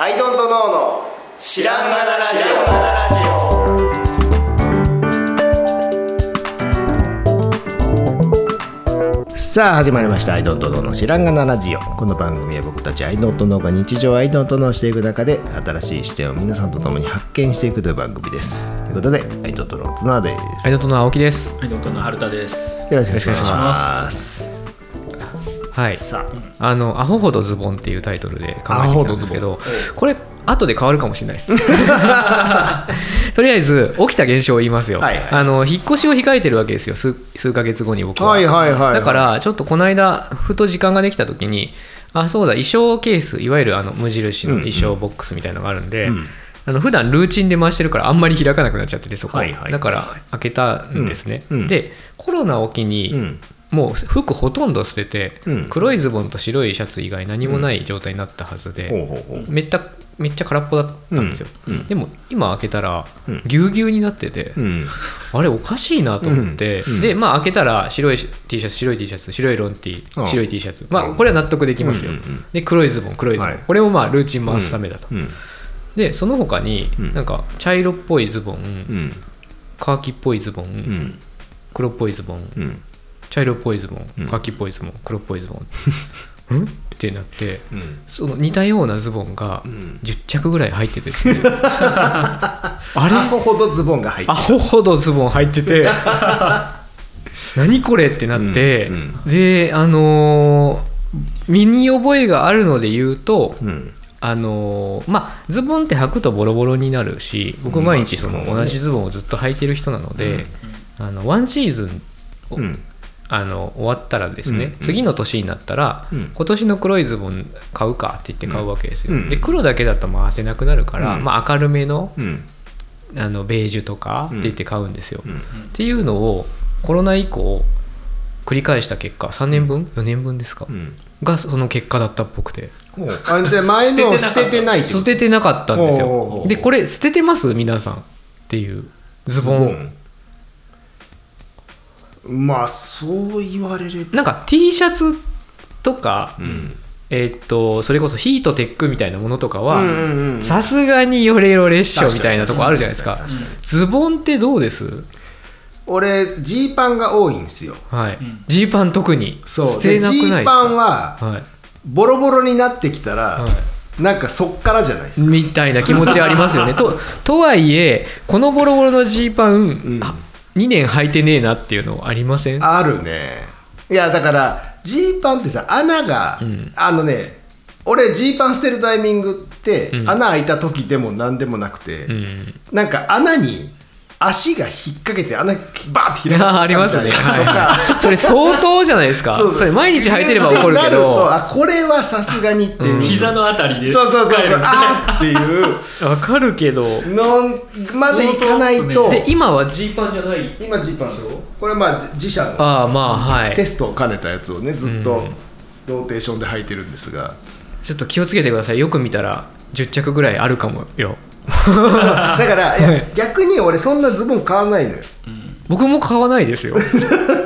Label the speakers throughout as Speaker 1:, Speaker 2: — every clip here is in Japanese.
Speaker 1: アイドントノーの知らんがなラジオさあ始まりました「アイドントノーの知らんがなラジオ」この番組は僕たちアイドントノーが日常をアイドントノーしていく中で新しい視点を皆さんと共に発見していくという番組ですということでアイドントノーの綱で
Speaker 2: アイドントの青木です。
Speaker 3: はい、どうもの春田です。
Speaker 1: すよろしくお願いします
Speaker 2: はい。
Speaker 1: さあ
Speaker 2: あの、アホほどズボンっていうタイトルで考えてきたんですけ
Speaker 1: アホ
Speaker 2: ど、これ、後で変わるかもしれないです。 とりあえず、起きた現象を言いますよ。
Speaker 1: はいはい
Speaker 2: あの、引っ越しを控えてるわけですよ、数数ヶ月後に僕は。
Speaker 1: はいはいはいはい
Speaker 2: だから、ちょっとこの間、ふと時間ができた時に、あ、そうだ、衣装ケース、いわゆるあの無印の衣装ボックスみたいなのがあるんで、あの普段ルーチンで回してるからあんまり開かなくなっちゃっててそこ、
Speaker 1: はいはい
Speaker 2: だから開けたんですね、
Speaker 1: うんうん
Speaker 2: でコロナを機に、
Speaker 1: うん
Speaker 2: もう服ほとんど捨てて、
Speaker 1: うん
Speaker 2: 黒いズボンと白いシャツ以外何もない状態になったは
Speaker 1: ほ
Speaker 2: ず
Speaker 1: う
Speaker 2: で、
Speaker 1: ほうほう
Speaker 2: めっちゃめっちゃ空っぽだったんですよ、
Speaker 1: うんうん
Speaker 2: でも今開けたら
Speaker 1: うん
Speaker 2: ぎゅうぎゅうになってて、
Speaker 1: うん
Speaker 2: あれおかしいなと思って、
Speaker 1: うんうん
Speaker 2: でまあ開けたら白い T シャツ白い T シャツ白いロン T
Speaker 1: ああ
Speaker 2: 白い T シャツまあこれは納得できますよ、
Speaker 1: うんうんうん
Speaker 2: で黒いズボン黒いズボン、
Speaker 1: はい
Speaker 2: これもまあルーチン回すためだと、
Speaker 1: うん
Speaker 2: でその他に
Speaker 1: うん
Speaker 2: なんか茶色っぽいズボン、
Speaker 1: うん
Speaker 2: カーキっぽいズボン、
Speaker 1: うん
Speaker 2: 黒っぽいズボン
Speaker 1: うん
Speaker 2: 茶色っぽいズボ
Speaker 1: うん
Speaker 2: ンカーキっぽいズボン黒っぽい ズボンんってなって
Speaker 1: うん
Speaker 2: その似たようなズボンが
Speaker 1: ん
Speaker 2: 10着ぐらい入っててですねあれ
Speaker 1: アホほどズボンが入って
Speaker 2: アホほどズボン入っ てて何これってなって、
Speaker 1: うん
Speaker 2: であのー身に覚えがあるので言うと、
Speaker 1: うん
Speaker 2: あのーまあズボンって履くとボロボロになるし僕毎日その同じズボンをずっと履いてる人なので、あのワンシーズンを
Speaker 1: うん
Speaker 2: あの終わったらですね、
Speaker 1: うんうん
Speaker 2: 次の年になったら、
Speaker 1: うん
Speaker 2: 今年の黒いズボン買うかって言って買うわけですよ、
Speaker 1: うん
Speaker 2: で黒だけだと回せなくなるから、
Speaker 1: うん
Speaker 2: まあ、明るめの
Speaker 1: うん
Speaker 2: あのベージュとか
Speaker 1: う
Speaker 2: っ
Speaker 1: ん
Speaker 2: て言って買うんですよ、
Speaker 1: うん
Speaker 2: っていうのをコロナ以降繰り返した結果3年分4年分ですか、
Speaker 1: うん
Speaker 2: がその結果だったっぽくて
Speaker 1: ほうあじゃあ前のを捨ててないってこ
Speaker 2: 捨
Speaker 1: と
Speaker 2: ててなかったんです
Speaker 1: おうおうお
Speaker 2: よ
Speaker 1: う
Speaker 2: でこれ捨ててます皆さんっていうズボンを
Speaker 1: まあそう言われれば
Speaker 2: なんか T シャツとか、
Speaker 1: うん
Speaker 2: えーっとそれこそヒートテックみたいなものとかは、
Speaker 1: うんうんうん
Speaker 2: さすがにヨレヨレっしょみたいなとこあるじゃないですかズボンってどうです
Speaker 1: 俺ジーパンが多いんですよ
Speaker 2: はい
Speaker 3: ん
Speaker 2: ジー、パン特に
Speaker 1: そう
Speaker 2: 捨て
Speaker 1: で
Speaker 2: な
Speaker 1: ジ
Speaker 2: くないですか
Speaker 1: ーパンは
Speaker 2: はい
Speaker 1: ボロボロになってきたら、
Speaker 2: は
Speaker 1: なんかそっからじゃないですか
Speaker 2: みたいな気持ちありますよ ね。ととはいえこのボロボロのジーパン、あ2年履いてねえなっていうのありません
Speaker 1: あるねいやだからジーパンってさ穴が、
Speaker 2: ん
Speaker 1: あのね俺ジーパン捨てるタイミングって、
Speaker 2: うん
Speaker 1: 穴開いた時でも何でもなくて、
Speaker 2: うん
Speaker 1: なんか穴に足が引っ掛けて穴バーって開いて
Speaker 2: あありますね、
Speaker 1: とか、
Speaker 2: はい、それ相当じゃないですか
Speaker 1: そう
Speaker 2: それ毎日履いてれば怒るけ
Speaker 1: なると
Speaker 2: ど
Speaker 1: あこれはさすがにっていう、
Speaker 2: うん
Speaker 3: 膝のあたりで。
Speaker 1: そうそうそ
Speaker 3: 帰
Speaker 1: うそ
Speaker 3: る
Speaker 1: う
Speaker 3: みたいな
Speaker 1: あーっていう
Speaker 2: わかるけど
Speaker 1: のまでいかないと、
Speaker 3: 相当
Speaker 2: で今はジーパンじゃない
Speaker 1: 今ジーパンでしょこれまあ自自社の
Speaker 2: ああまあはい
Speaker 1: テストを兼ねたやつをねずっ
Speaker 2: う
Speaker 1: と
Speaker 2: ん
Speaker 1: ローテーションで履いてるんですが、
Speaker 2: ちょっと気をつけてくださいよく見たら10着ぐらいあるかもよ
Speaker 1: だからい
Speaker 2: は
Speaker 1: や
Speaker 2: い
Speaker 1: 逆に俺そんなズボン買わないのよ
Speaker 2: 僕も買わないですよ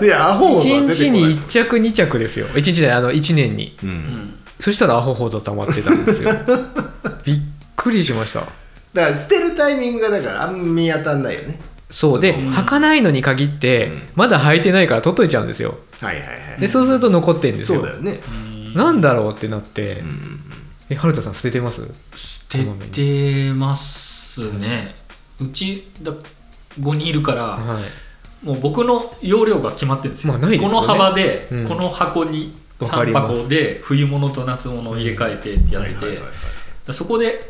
Speaker 1: いやアホほどは
Speaker 2: 1
Speaker 1: 出て
Speaker 2: 日
Speaker 1: こない
Speaker 2: に1着2着ですよ1日であの1年に
Speaker 1: うん
Speaker 2: そしたらアホほど溜まってたんですよびっくりしました
Speaker 1: だから捨てるタイミングがだからあんま見当たんないよね
Speaker 2: そうで履かないのに限って
Speaker 1: うん
Speaker 2: まだ履いてないから取っといちゃうんですよ
Speaker 1: はいはいはい
Speaker 2: でそうすると残ってんです
Speaker 1: そ
Speaker 2: よ
Speaker 1: うだよね、
Speaker 2: なんだろうってなって、
Speaker 1: うん
Speaker 2: え春田さん捨ててます
Speaker 3: 捨ててますね。うちだ5人いるから、
Speaker 2: は
Speaker 3: もう僕の容量が決まってるんですよ。
Speaker 2: まあないですよ
Speaker 3: こ
Speaker 2: ね
Speaker 3: の幅で、
Speaker 2: うん
Speaker 3: この箱に
Speaker 2: わかり
Speaker 3: 3
Speaker 2: ます
Speaker 3: 箱で冬物と夏物を入れ替えてってやっ
Speaker 1: は
Speaker 3: て
Speaker 1: い
Speaker 3: て、
Speaker 1: はいはいはい
Speaker 3: だそこで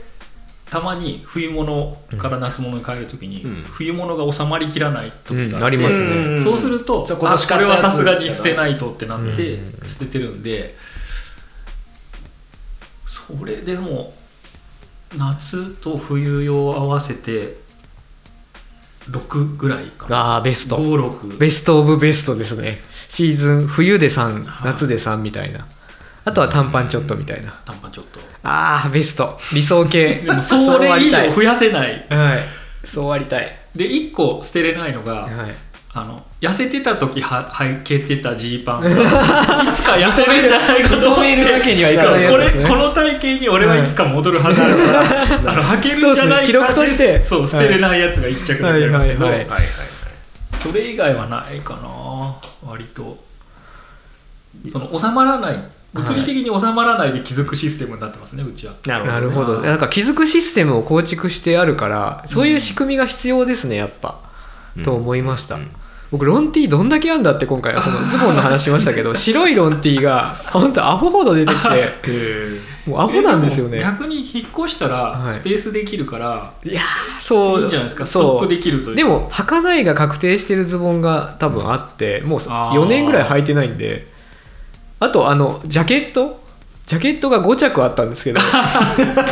Speaker 3: たまに冬物から夏物に変えるときに、
Speaker 1: うん
Speaker 3: 冬物が収まりきらない時があって、
Speaker 2: うんありますね
Speaker 1: ん
Speaker 3: そうすると、
Speaker 1: じゃあ
Speaker 3: あ
Speaker 1: 今年買
Speaker 3: こ
Speaker 1: った
Speaker 3: れ
Speaker 1: や
Speaker 3: は
Speaker 1: つ
Speaker 3: さすがに捨てないとってなって
Speaker 2: うん
Speaker 3: 捨ててるんで、それでも夏と冬用合わせて6ぐらいか
Speaker 2: い、
Speaker 3: な
Speaker 2: ああベスト
Speaker 3: 56
Speaker 2: ベストオブベストですねシーズン冬で3夏で3みたいなあとは短パンちょっとみたいな
Speaker 3: 短パンちょっと
Speaker 2: ああベスト理想形
Speaker 3: でもそれ以
Speaker 2: は
Speaker 3: 上増やせない
Speaker 2: はいそうありたい
Speaker 3: で1個捨てれないのが、
Speaker 2: はい
Speaker 3: あの痩せてた時ははいけてたジーパンが いつか痩せるんじゃないかと思っ
Speaker 2: 認めるわけ
Speaker 3: て
Speaker 2: にはい
Speaker 1: かないやつ
Speaker 3: こ
Speaker 2: で
Speaker 3: れ
Speaker 2: すね
Speaker 3: この体型に俺はいつか戻るはずあるから、あの履けるんじゃないかって
Speaker 2: そうですね記録として
Speaker 3: そう捨てれないやつが一着だ
Speaker 2: は
Speaker 3: けあ
Speaker 2: い
Speaker 3: りますけど、
Speaker 2: はいはい
Speaker 1: はいはい
Speaker 3: それ以外はないかな割とその収まらない物理的に収まらないで気づくシステムになってますねうちは
Speaker 1: なるほど,、
Speaker 2: なるほど
Speaker 3: な
Speaker 2: なんか気づくシステムを構築してあるからそういう仕組みが必要ですねやっぱ、
Speaker 1: うん
Speaker 2: と思いました、
Speaker 1: うん
Speaker 2: 僕ロンティーどんだけあんだって今回は そのズボンの話しましたけど白いロンティーが本当アホほど出て きてもうアホなんですよ
Speaker 3: え
Speaker 2: ね
Speaker 3: も逆に引っ越した
Speaker 2: は
Speaker 3: ら
Speaker 2: い
Speaker 3: スペースできるから、
Speaker 2: いやーそ
Speaker 3: い
Speaker 2: うい
Speaker 3: いんじゃないですかス
Speaker 2: そ
Speaker 3: ト
Speaker 2: う
Speaker 3: ックできるという
Speaker 2: でも履かないが確定してるズボンが多分あってもう
Speaker 3: あー
Speaker 2: 4年ぐらい履いてないんであとあのジャケットジャケットが5着あったんです けど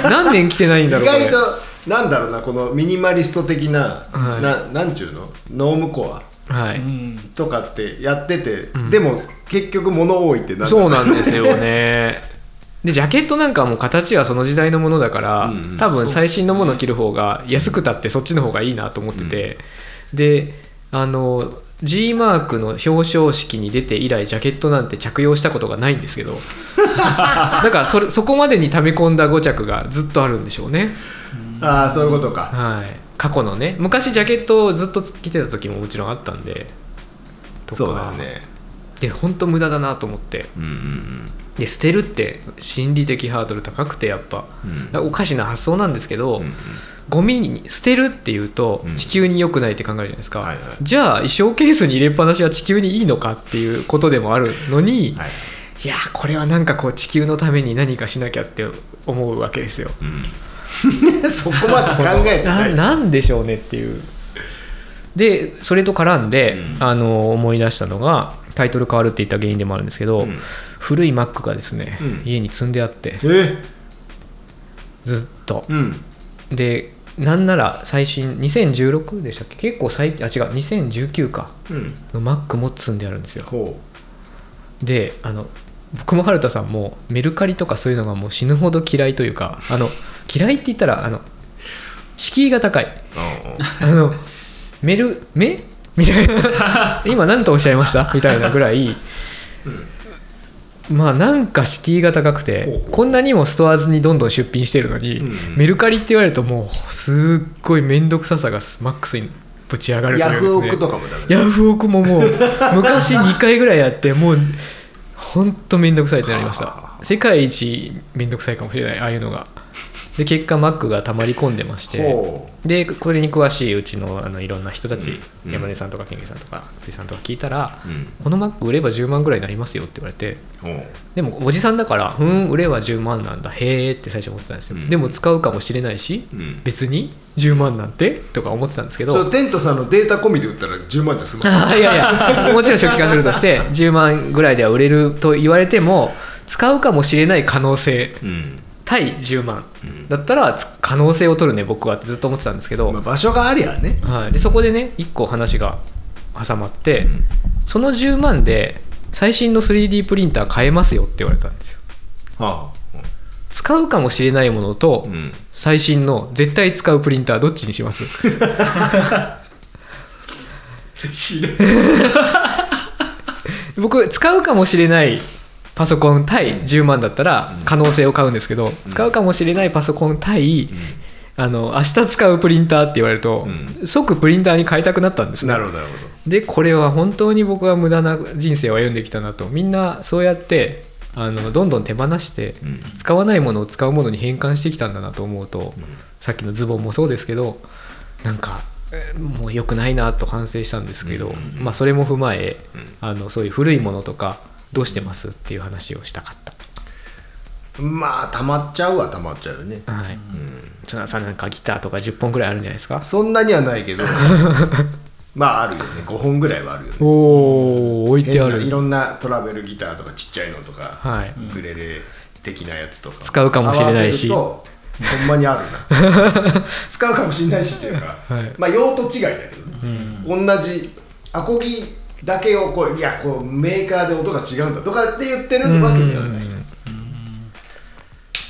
Speaker 2: 何年着てないんだろ
Speaker 1: 意
Speaker 2: うこれ
Speaker 1: 外となんだろうなこのミニマリスト的な、
Speaker 2: はい
Speaker 1: ななんちゅうのノームコア
Speaker 2: は
Speaker 3: う
Speaker 2: い、
Speaker 3: ん
Speaker 1: とかってやってて、
Speaker 2: ん
Speaker 1: でも結局物多いってなる
Speaker 2: そうなんですよ ねでジャケットなんかも形はその時代のものだから、
Speaker 1: うんうん
Speaker 2: 多分最新のものを着る方が安くたってそっちの方がいいなと思ってて、であの G マークの表彰式に出て以来ジャケットなんて着用したことがないんです けどだからそれそこまでに溜め込んだ5着がずっとあるんでしょうね、
Speaker 1: ああそういうことか、
Speaker 2: はい、過去のね昔ジャケットをずっと着てた時ももちろんあったんでとか
Speaker 1: そうだよね
Speaker 2: で本当無駄だなと思って
Speaker 1: うんうん
Speaker 2: で捨てるって心理的ハードル高くてやっぱ、
Speaker 1: うん
Speaker 2: おかしな発想なんですけど、
Speaker 1: うんうん
Speaker 2: ゴミに捨てるっていうと
Speaker 1: うん
Speaker 2: 地球に良くないって考えるじゃないですか、
Speaker 1: はいはい
Speaker 2: じゃあ衣装ケースに入れっぱなしは地球にいいのかっていうことでもあるのに、
Speaker 1: はい、
Speaker 2: い、やこれはなんかこう地球のために何かしなきゃって思うわけですよ。
Speaker 1: うん、そこまで考えてな
Speaker 2: ないなんでしょうねっていうでそれと絡んで、
Speaker 1: うん
Speaker 2: あの思い出したのがタイトル変わるって言った原因でもあるんですけど、
Speaker 1: うん
Speaker 2: 古い Mac がですね、
Speaker 1: うん
Speaker 2: 家に積んであって
Speaker 1: え
Speaker 2: ずっと
Speaker 1: うん
Speaker 2: でなんなら最新2016でしたっけ結構最あ違う2019か
Speaker 1: うん
Speaker 2: の Mac も積んであるんですよ
Speaker 1: ほ
Speaker 2: であの僕も春田さんもメルカリとかそういうのがもう死ぬほど嫌いというかあの嫌いって言ったらあの敷居が高い
Speaker 1: う
Speaker 2: う
Speaker 1: んうん
Speaker 2: あのメル目みた いな今何とおっしゃいましたみたいなぐらい、まあなんか敷居が高く
Speaker 1: ほう
Speaker 2: て
Speaker 1: ほう
Speaker 2: こんなにもストアーズにどんどん出品してるのに、
Speaker 1: うん
Speaker 2: メルカリって言われるともうすっごい面倒くささがマックスにぶち上がるとい
Speaker 1: ヤフオ
Speaker 2: うです
Speaker 1: ク
Speaker 2: ね
Speaker 1: とかもダメだ
Speaker 2: ヤフオクも もう昔2回ぐらいやってもうほんと面倒くさいってなりまし
Speaker 1: はあは
Speaker 2: た世界一面倒くさいかもしれないああいうのがで結果マックがたまり込んでまして
Speaker 1: ほ
Speaker 2: でこれに詳しいうちのあのいろんな人たち、
Speaker 1: うん
Speaker 2: 山根さんとかケンケンさんとか辻さんとか聞いたら、
Speaker 1: ううん
Speaker 2: このマック売れば10万ぐらいになりますよって言われて
Speaker 1: ほう
Speaker 2: でもおじさんだから「うん売れは10万なんだへえ」って最初思ってたんですよ、
Speaker 1: うん
Speaker 2: でも使うかもしれないし、
Speaker 1: うん
Speaker 2: 別に10万なんてとか思ってたんですけど
Speaker 1: それテントさんのデータ込みで売ったら10万じゃ済まない
Speaker 2: あいやいやもちろん初期化するとして10万ぐらいでは売れると言われても使うかもしれない可能性
Speaker 1: うん
Speaker 2: 対10万
Speaker 1: うん
Speaker 2: だったらつ可能性を取るね僕はってずっと思ってたんですけど、
Speaker 1: まあ、場所がありゃね
Speaker 2: はい、でそこでね1個話が挟まって、
Speaker 1: うん
Speaker 2: その10万で最新の 3D プリンター買えますよって言われたんですよ
Speaker 1: は
Speaker 2: 使うかもしれないもの
Speaker 1: あ
Speaker 2: と、
Speaker 1: うん
Speaker 2: 最新の絶対使うプリンターどっちにします
Speaker 1: 知らん
Speaker 2: 僕使うかもしれないパソコン対10万だったら可能性を買うんですけど、使うかもしれないパソコン対、あの明日使うプリンターって言われると、
Speaker 1: う
Speaker 2: 即プリンターに変えたくなったんですね
Speaker 1: なるほどなるほど
Speaker 2: でこれは本当に僕は無駄な人生を歩んできたなとみんなそうやってあのどんどん手放して
Speaker 1: うん
Speaker 2: 使わないものを使うものに変換してきたんだなと思うと、
Speaker 1: ん
Speaker 2: さっきのズボンもそうですけどなんかえーもう良くないなと反省したんですけど、
Speaker 1: うんうん
Speaker 2: まあ、それも踏まえ、
Speaker 1: うん
Speaker 2: あのそういう古いものとかどうしてますっていう話をしたかっ
Speaker 1: まあたまっちゃうはたまっちゃうよね
Speaker 2: た、はい、
Speaker 1: うん
Speaker 2: そのさなんかギターとか10本くらいあるんじゃないですか
Speaker 1: そんなにはないけ どまああるよね5本ぐらいはあるよね
Speaker 2: おお置いてあ
Speaker 1: 変な
Speaker 2: る
Speaker 1: いろんなトラベルギターとかちっちゃいのとか、
Speaker 2: はい
Speaker 1: ウクレレ的なやつとか
Speaker 2: 使うかもしれないし
Speaker 1: 合わせるとほんまにある な使うかもしれないしっていうか、
Speaker 2: はい
Speaker 1: まあ用途違いだけどね、同じアコギだけをこういやこうメーカーで音が違うんだとかって言ってるわけではない、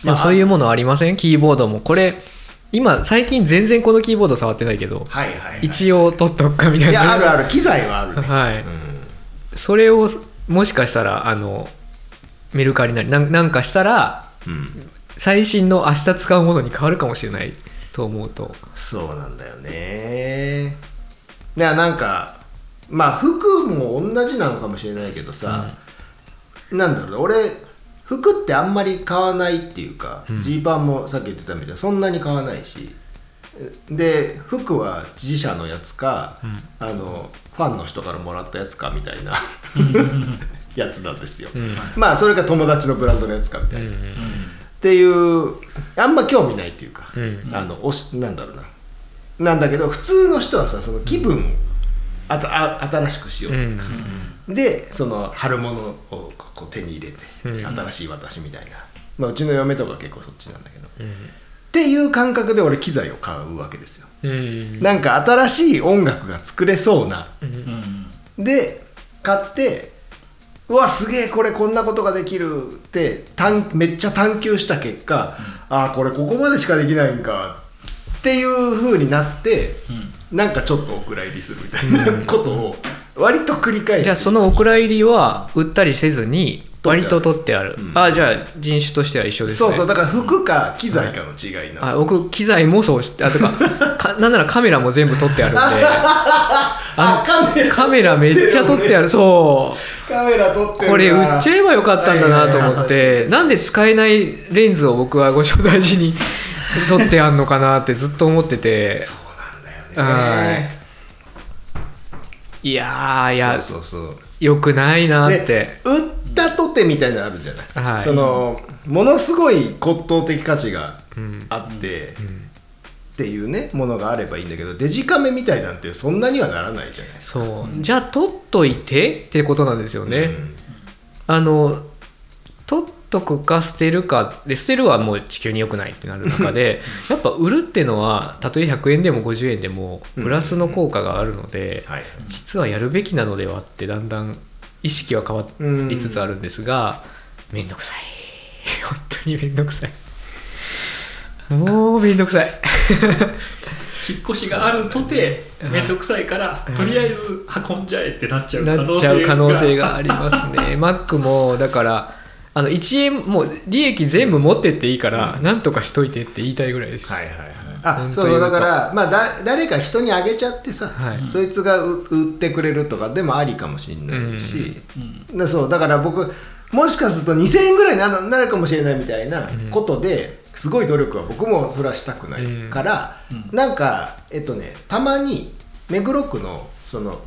Speaker 2: でもそういうものありませんキーボードもこれ今最近全然このキーボード触ってないけど、
Speaker 1: はいはい、はい、
Speaker 2: 一応取っとくかみたいない
Speaker 1: やあるある機材はある、ね
Speaker 2: はい
Speaker 1: うん
Speaker 2: それをもしかしたらあのメルカリなりなんなんかしたら
Speaker 1: うん、
Speaker 2: 最新の明日使うものに変わるかもしれないと思うと
Speaker 1: そうなんだよねいやなんかまあ服も同じなのかもしれないけどさ、なんだろうな俺服ってあんまり買わないっていうか
Speaker 2: うん
Speaker 1: ジー、パンもさっき言ってたみたいにそんなに買わないしで服は自社のやつか、あのファンの人からもらったやつかみたいな やつなんですよ、
Speaker 2: うん
Speaker 1: まあそれか友達のブランドのやつかみたいな、
Speaker 2: うん
Speaker 1: っていうあんま興味ないっていうか、
Speaker 2: うん
Speaker 1: あのおしなんだろうななんだけど普通の人はさその気分をあとあ新しくしよ
Speaker 2: う
Speaker 1: う、
Speaker 2: ん
Speaker 1: でその春物をこう手に入れて、
Speaker 2: うん
Speaker 1: 新しい私みたいな、まあ、うちの嫁とか結構そっちなんだけど、っ
Speaker 2: うん
Speaker 1: ていう感覚で俺機材を買うわけですよ、
Speaker 2: うん
Speaker 1: なんか新しい音楽が作れそうな
Speaker 3: うんうん
Speaker 1: で買ってうわすげえこれこんなことができるって探めっちゃ探求した結果、ああこれここまでしかできないんかっていう風になってなんかちょっとお蔵入りするみたいなことを割と繰り返して
Speaker 2: じゃあそのお蔵入りは売ったりせずに割と取ってある、
Speaker 1: うん
Speaker 2: ああじゃあ人種としては一緒ですね
Speaker 1: そうそうだから服か機材かの違いな
Speaker 2: あ僕機材もそうしてあと かかなんならカメラも全部撮ってあるんで
Speaker 1: あカメラ
Speaker 2: カメラめっちゃ撮ってあるそう
Speaker 1: カメラ撮ってる
Speaker 2: これ売っちゃえばよかったんだなと思っ
Speaker 1: はいはい
Speaker 2: てなんで使えないレンズを僕はご招待時に撮ってあんのかなってずっと思ってて
Speaker 1: はいそうなんだよね
Speaker 2: いやーいや
Speaker 1: そうそうそう
Speaker 2: よくないなっ
Speaker 1: で
Speaker 2: て
Speaker 1: 売ったとてみたいなのあるじゃない、
Speaker 2: はい
Speaker 1: そのものすごい骨董的価値が
Speaker 2: うん
Speaker 1: あって、っていうねものがあればいいんだけどデジカメみたいなんてそんなにはならないじゃないですか
Speaker 2: そうじゃあ撮っといてってことなんですよね、
Speaker 1: うん
Speaker 2: あの取っとくか捨てるかで捨てるはもう地球に良くないってなる中でやっぱ売るってのはたとえ100円でも50円でもプラスの効果があるので、
Speaker 1: はい
Speaker 2: 実はやるべきなのではってだんだん意識は変わりつつあるんですが面倒くさい本当に面倒くさいもう面倒くさい
Speaker 3: 引っ越しがあるとて面倒くさいから、とりあえず運んじゃえってなっちゃう可
Speaker 2: なっ
Speaker 3: 能
Speaker 2: ちゃう
Speaker 3: 性
Speaker 2: 可
Speaker 3: が
Speaker 2: 能性がありますね Mac もだからあの1円もう利益全部持ってっていいからなんとかしといてって言いたいぐらいです、
Speaker 1: はいはいはいあ
Speaker 2: 本
Speaker 1: そ
Speaker 2: 当言
Speaker 1: う
Speaker 2: う
Speaker 1: だ
Speaker 2: と
Speaker 1: からまあだ誰か人にあげちゃってさ、
Speaker 2: はい
Speaker 1: そいつがう売ってくれるとかでもありかもしれないし、
Speaker 3: うん
Speaker 1: だそうだから僕もしかすると2000円ぐらいにななるかもしれないみたいなことですごい努力は僕もそれはしたくない
Speaker 2: うん
Speaker 1: から、
Speaker 3: うん
Speaker 1: なんかえっとねたまに目黒区のその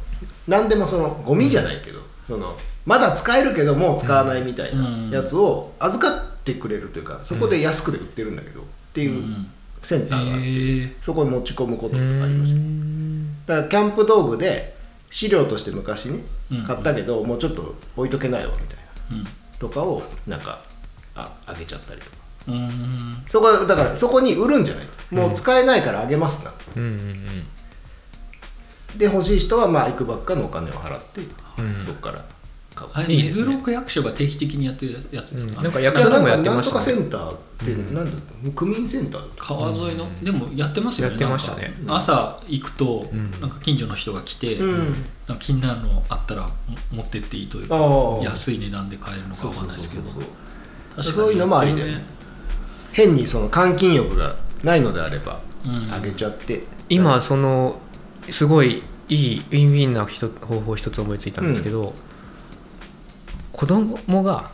Speaker 1: 何でもそのゴミじゃないけど、そのまだ使えるけどもう使わないみたいなやつを預かってくれるというかそこで安くで売ってるんだけどって
Speaker 3: う
Speaker 1: いうんセンターがあって、
Speaker 3: へえ
Speaker 1: そこに持ち込むこと
Speaker 2: う
Speaker 1: とかありました。
Speaker 2: ん
Speaker 1: だからキャンプ道具で資料として昔ね
Speaker 3: うん
Speaker 1: 買ったけど、もうちょっと置いとけないわみたいな
Speaker 3: うん
Speaker 1: とかをなんかああげちゃったりとか
Speaker 3: うん
Speaker 1: そこはだからそこに売るんじゃないもう使えないからあげますな、
Speaker 2: うんうん
Speaker 1: で欲しい人はまあ行くばっかのお金を払って、
Speaker 2: ん
Speaker 1: そこから買う
Speaker 3: あれ
Speaker 2: い
Speaker 3: 目
Speaker 2: いですね
Speaker 3: 黒区役所が定期的にやってるやつです
Speaker 2: う
Speaker 3: か、
Speaker 2: んなんか
Speaker 1: いや
Speaker 2: 役所でも
Speaker 1: な
Speaker 2: やっ
Speaker 1: んか
Speaker 2: て
Speaker 1: な
Speaker 2: ま
Speaker 1: んと
Speaker 2: した
Speaker 1: かセ
Speaker 2: ね
Speaker 1: ンターって、なんだろう区民センター
Speaker 3: 川沿いの、でもやってますよね
Speaker 2: やってましたね
Speaker 3: なんか朝行くと、
Speaker 2: ん
Speaker 3: なんか近所の人が来て、
Speaker 1: うん
Speaker 3: なんか気になるのあったらも持ってっていいというか
Speaker 1: ああ
Speaker 3: 安い値段で買えるのかわかんないですけど
Speaker 1: そうそうそうそう
Speaker 3: 確かに
Speaker 1: そういうのもありだよね変にその換金欲がないのであれば
Speaker 3: うん
Speaker 1: あげちゃって、
Speaker 2: 今そのすごいいいウィンウィンな一つ方法一つ思いついたんですけど、子供が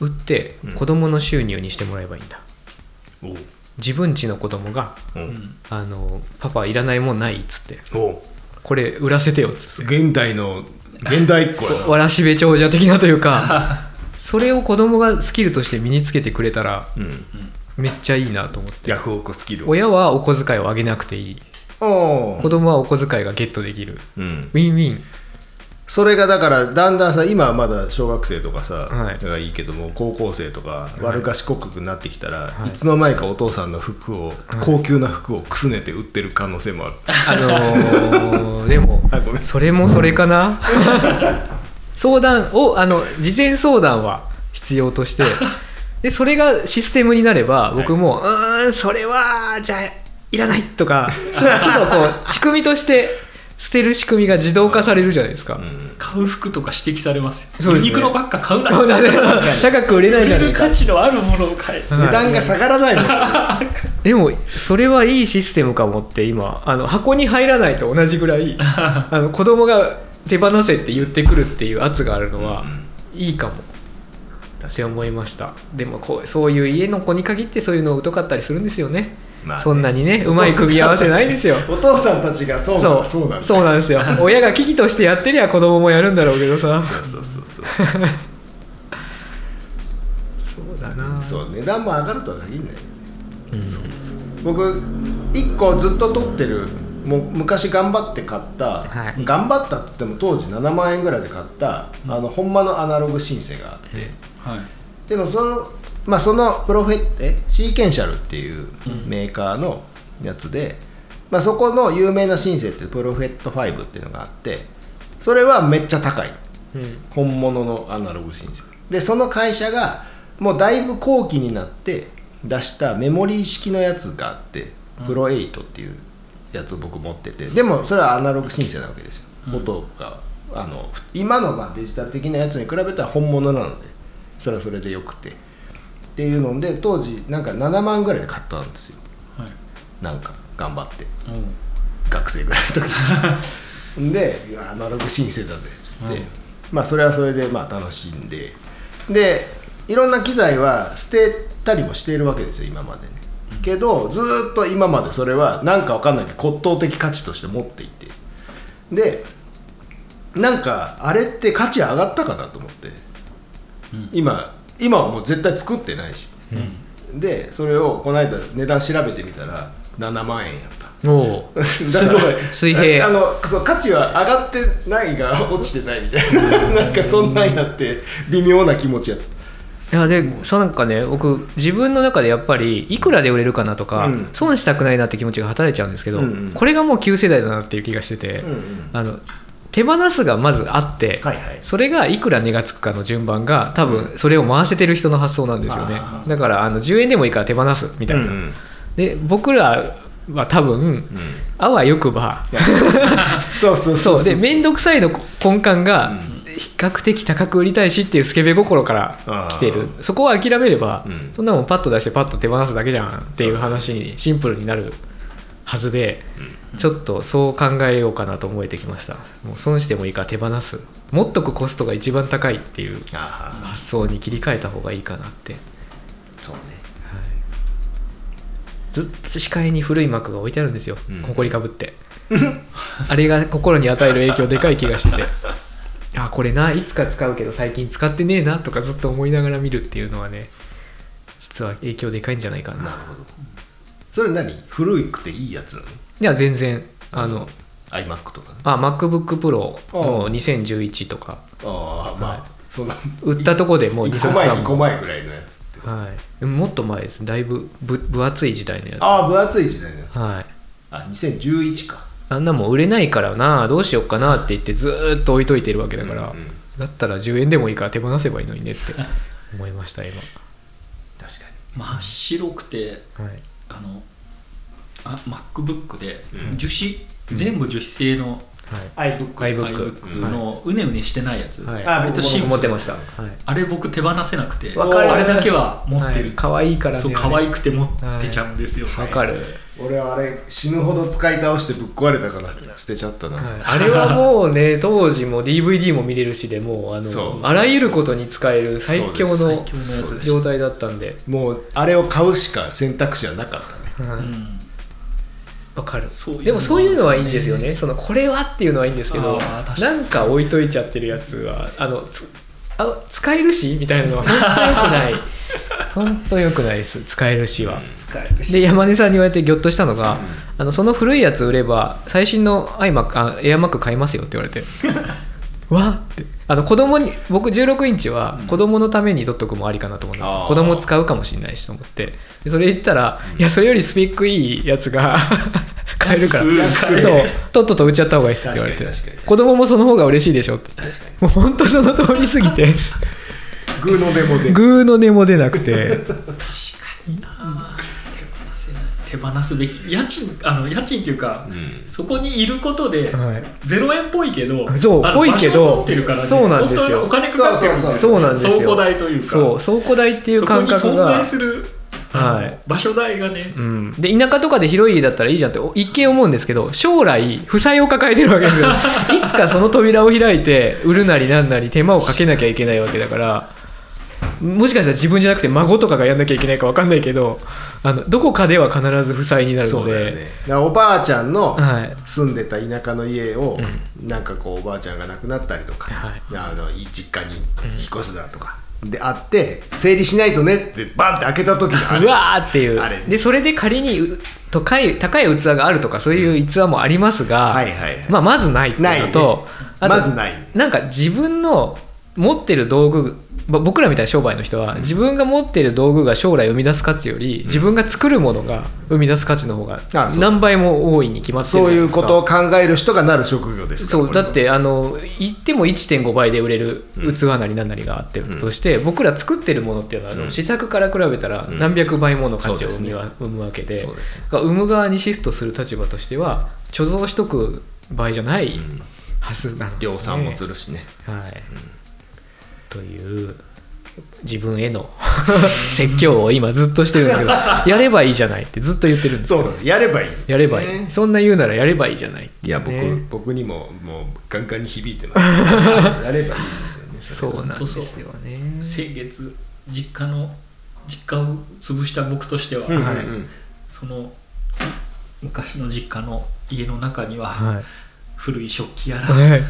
Speaker 2: 売って
Speaker 1: うん
Speaker 2: 子供の収入にしてもらえばいいんだ
Speaker 1: おう
Speaker 2: 自分家の子供が
Speaker 1: おう
Speaker 3: うん
Speaker 2: あの「パパいらないもんない」っつって
Speaker 1: おう
Speaker 2: 「これ売らせてよ」っつって
Speaker 1: 現代の現代っ子やな
Speaker 2: わらしべ長者的なというかそれを子供がスキルとして身につけてくれたら
Speaker 1: うん
Speaker 2: めっちゃいいなと思って
Speaker 1: ヤフオクスキル
Speaker 2: 親はお小遣いをあげなくていい
Speaker 1: お
Speaker 2: 子
Speaker 1: う
Speaker 2: 供はお小遣いがゲットできる
Speaker 1: うん
Speaker 2: ウィンウィン
Speaker 1: それがだからだんだんさ今はまだ小学生とかさ、
Speaker 2: はい
Speaker 1: がいいけども高校生とか悪賢くなってきたら、、
Speaker 2: はいい
Speaker 1: つの間にかお父さんの服を、高級な服をくすねて売ってる可能性 もある
Speaker 2: あのーでも
Speaker 1: あごめん
Speaker 2: それもそれかな相談をあの事前相談は必要としてでそれがシステムになれば僕も、うーんそれはじゃあいらないとかつらつらこう仕組みとして捨てる仕組みが自動化されるじゃないですか、
Speaker 3: 買う服とか指摘されますよ
Speaker 2: そうですね
Speaker 3: ユニクロばっか買うな
Speaker 2: こうなって高く売れない
Speaker 3: 売
Speaker 2: じゃ
Speaker 3: れ
Speaker 2: ない
Speaker 3: る
Speaker 2: か
Speaker 3: 価値のあるものを買え
Speaker 1: 値段が下がら ないもん
Speaker 2: でもそれはいいシステムかもって今あの箱に入らないと同じぐらいあの子供が手放せって言ってくるっていう圧があるのは、いいかもって思いましたでもこうそういう家の子に限ってそういうの疎かったりするんですよね,、
Speaker 1: まあね
Speaker 2: そんなにねうまい組み合わせないですよ
Speaker 1: お父さんたちがそうなんだそうなんだ
Speaker 2: そうなんですよ親が危機としてやってりゃ子供もやるんだろうけどさ
Speaker 1: そうそうそう
Speaker 2: そうだな
Speaker 1: そう値段も上がるとは限らないよね
Speaker 2: うん
Speaker 1: 僕1個ずっと取ってるもう昔頑張って買った、
Speaker 2: はい
Speaker 1: 頑張ったって言っても当時7万円ぐらいで買った、あのほんまのアナログシンセがあって
Speaker 3: はい
Speaker 1: でもその,、まあ、そのプロフェッテシーケンシャルっていうメーカーのやつで、まあ、そこの有名なシンセってプロフェット5っていうのがあってそれはめっちゃ高い
Speaker 2: うん
Speaker 1: 本物のアナログシンセでその会社がもうだいぶ後期になって出したメモリー式のやつがあって、プロ8っていうやつを僕持っててでもそれはアナログシンセなわけですよ、音があの今のまあデジタル的なやつに比べたら本物なのでそれはそれでよくてっていうので当時なんか7万ぐらいで買ったんですよ
Speaker 3: はい
Speaker 1: なんか頑張って
Speaker 3: うん
Speaker 1: 学生ぐらいの時にでいやアナログ申請だぜっつって、
Speaker 3: うん
Speaker 1: まあそれはそれでまあ楽しんででいろんな機材は捨てたりもしているわけですよ今までねけどずーっと今までそれはなんかわかんないけど骨董的価値として持っていてでなんかあれって価値上がったかなと思って、
Speaker 3: うん
Speaker 1: 今今はもう絶対作ってないし、でそれをこの間値段調べてみたら7万円やった
Speaker 2: おう
Speaker 1: だから
Speaker 2: すごい水平
Speaker 1: あのそう価値は上がってないが 落ちてないみたいななんかそんなんやって微妙な気持ちやっ
Speaker 2: いやでそうなんかね僕自分の中でやっぱりいくらで売れるかなとか、
Speaker 1: うん
Speaker 2: 損したくないなって気持ちが働いちゃうんですけど、
Speaker 1: うんうん
Speaker 2: これがもう旧世代だなっていう気がしてて、
Speaker 1: た、
Speaker 2: あの手放すがまずあって、
Speaker 1: はいはい
Speaker 2: それがいくら値がつくかの順番が多分それを回せてる人の発想なんですよね
Speaker 1: あ
Speaker 2: だからあの10円でもいいから手放すみたいな、
Speaker 1: うん
Speaker 2: で僕らは多分
Speaker 1: うん
Speaker 2: あわよくば
Speaker 1: そうそうそ
Speaker 2: そううで面倒くさいの根幹が
Speaker 1: うん
Speaker 2: 比較的高く売りたいしっていうスケベ心から来てるそこは諦めれば、
Speaker 1: うん
Speaker 2: そんなもんパッと出してパッと手放すだけじゃんっていう話にシンプルになるはずで、ちょっとそう考えようかなと思えてきましたもう損してもいいから手放す持っとくコストが一番高いっていう
Speaker 1: ああ
Speaker 2: 発想に切り替えた方がいいかなって
Speaker 1: そうね
Speaker 2: ずっと視界に古い膜が置いてあるんですよ、
Speaker 1: うん
Speaker 2: ほこりかぶって あれが心に与える影響でかい気がしててあこれないつか使うけど最近使ってねえなとかずっと思いながら見るっていうのはね実は影響でかいんじゃないか
Speaker 1: な
Speaker 2: な
Speaker 1: るほどそれ何古くていいやつなの
Speaker 2: いや全然あの
Speaker 1: iMac とかね
Speaker 2: あ MacBookPro
Speaker 1: ああ
Speaker 2: の2011とか
Speaker 1: ああまあ、そんな
Speaker 2: 売ったとこでもう
Speaker 1: 1
Speaker 2: 2
Speaker 1: 個
Speaker 2: 三
Speaker 1: 前
Speaker 2: 3
Speaker 1: 2個
Speaker 2: も、
Speaker 1: 前ぐらいのやつ
Speaker 2: はい、でももっと前ですだいぶぶ分厚い時代のや
Speaker 1: ああ分厚い時代のやつ
Speaker 2: つはい
Speaker 1: あ2011か
Speaker 2: あんなもん売れないからなどうしよっかなって言ってずーっと置いといてるわけだから、
Speaker 1: うんうん
Speaker 2: だったら10円でもいいから手放せばいいのにねって思いました今
Speaker 1: 確か
Speaker 3: 真っ白くて
Speaker 2: はい
Speaker 3: あのあ MacBook で
Speaker 1: うん
Speaker 3: 樹脂、全部樹脂製の
Speaker 2: は
Speaker 1: に iBook
Speaker 2: い iBook
Speaker 3: iBook のうねうねしてないやつ、
Speaker 2: はい、
Speaker 1: あ僕
Speaker 2: はい、
Speaker 3: 割と
Speaker 1: も
Speaker 3: シンプル
Speaker 2: 思ってました、はい、
Speaker 3: あれ僕手放せなくて
Speaker 2: わかる
Speaker 3: あれだけは持ってる、
Speaker 2: はい可愛いからね
Speaker 3: そう
Speaker 2: あれ
Speaker 3: 可愛くて持ってちゃうんですよ、
Speaker 2: わかる、
Speaker 1: 俺はあれ死ぬほど使い倒してぶっ壊れたから捨てちゃったな、
Speaker 2: はい、あれはもうね 当時も DVD も見れるしでもうあ
Speaker 1: そう
Speaker 2: のあらゆることに使える最強
Speaker 1: そう
Speaker 2: の
Speaker 1: で
Speaker 3: 最強のやつです
Speaker 2: 状態だったんで
Speaker 1: もうあれを買うしか選択肢はなかった ね
Speaker 2: わ、はい
Speaker 3: うん
Speaker 2: わかる
Speaker 3: そういうの
Speaker 2: でもそういうのはいいんですよねそのこれはっていうのはいいんですけど
Speaker 3: あー確か
Speaker 2: なんか置いといちゃってるやつはあのつあ使えるしみたいなのは本当 よくない本当よくないです使えるしは、
Speaker 3: 使えるし
Speaker 2: で山根さんに言われてギョッとしたのが、あのその古いやつ売れば最新の iMac あ AirMac 買いますよって言 われてわーってあの子供に僕16インチは子供のために取っとくもありかなと思うんですよ、
Speaker 1: あー
Speaker 2: 子供使うかもしれないしと思ってでそれ言ったら、いやそれよりスペックいいやつが 買えるから
Speaker 1: 安くね
Speaker 2: そうとっとと売っちゃった方がいいですって言われて
Speaker 1: 確かに確かに
Speaker 2: 子供もその方が嬉しいでしょってもう本当その通りすぎて
Speaker 1: グーのデモで
Speaker 2: グーの音も出なくて
Speaker 3: 手放せない手手放すべき家賃あの家賃っていうか、
Speaker 1: うん
Speaker 3: そこにいることで、
Speaker 2: はい
Speaker 3: ゼロ円っぽいけど
Speaker 2: そう
Speaker 3: あの
Speaker 2: ぽいけど
Speaker 3: 場所を取ってるからね
Speaker 2: そうなんですよ
Speaker 3: 本当にお金かかってるんだよね
Speaker 2: そうなんですよ
Speaker 3: 倉庫代というか
Speaker 2: そう倉庫代っていう
Speaker 3: そこ
Speaker 2: 感
Speaker 3: に
Speaker 2: 覚
Speaker 3: 存
Speaker 2: が
Speaker 3: 在する、あの
Speaker 2: はい
Speaker 3: 場所代がね、
Speaker 2: うん、で田舎とかで広い家だったらいいじゃんってお一見思うんですけど将来負債を抱えてるわけですよいつかその扉を開いて売るなりなんなり手間をかけなきゃいけないわけだからもしかしたら自分じゃなくて孫とかがやんなきゃいけないか分かんないけどあのどこかでは必ず負債になるので、
Speaker 1: だからおばあちゃんの
Speaker 2: はい
Speaker 1: 住んでた田舎の家を、なんかこうおばあちゃんが亡くなったりとか、
Speaker 2: はい
Speaker 1: あのいい実家に引っ越すだとか、であって整理しないとねってバンって開けた時があ
Speaker 2: う
Speaker 1: る
Speaker 2: わーってい
Speaker 1: あれ
Speaker 2: うでそれで仮にう高い高い器があるとかそういう逸話もありますが、
Speaker 1: はいはいはい
Speaker 2: まあ、まずないっていうのと
Speaker 1: な
Speaker 2: あ
Speaker 1: いねま
Speaker 2: と
Speaker 1: ずない
Speaker 2: なんか自分の持ってる道具ぼ僕らみたいな商売の人は自分が持ってる道具が将来生み出す価値より自分が作るものが生み出す価値の方が
Speaker 1: あそう
Speaker 2: 何倍も大いに決まってる
Speaker 1: そう
Speaker 2: じゃないで
Speaker 1: う
Speaker 2: すか
Speaker 1: ことを考える人がなる職業ですから
Speaker 2: そう
Speaker 1: これ
Speaker 2: だ
Speaker 1: は
Speaker 2: ってあの言っても1.5倍で売れる器なりなんなりがあってるとして、僕ら作ってるものっていうのはあの、
Speaker 1: うん
Speaker 2: 試作から比べたら
Speaker 1: ん
Speaker 2: 何百倍もの価値を
Speaker 1: そうで
Speaker 2: 生
Speaker 1: すね
Speaker 2: みわ生むわけで
Speaker 1: そうですね
Speaker 2: だから生む側にシフトする立場としては貯蔵しとく場合じゃないはずなので、
Speaker 1: 量産もするしね
Speaker 2: はいという自分への 説教を今ずっとしてるんですけどやればいいじゃないってずっと言ってるんですよ
Speaker 1: そうなのやればいい
Speaker 2: やればいい、
Speaker 1: ね
Speaker 2: そんな言うならやればいいじゃない
Speaker 1: いや僕,、
Speaker 2: ね
Speaker 1: 僕にももうガンガンに響いてます やればいいです
Speaker 2: そ
Speaker 1: よね
Speaker 2: うなんですよね
Speaker 3: 先月実家の実家を潰した僕としては、
Speaker 1: うんうんうん
Speaker 2: はい
Speaker 3: その昔の実家の家の中には、
Speaker 2: はい
Speaker 3: 古い食器やら、
Speaker 2: はい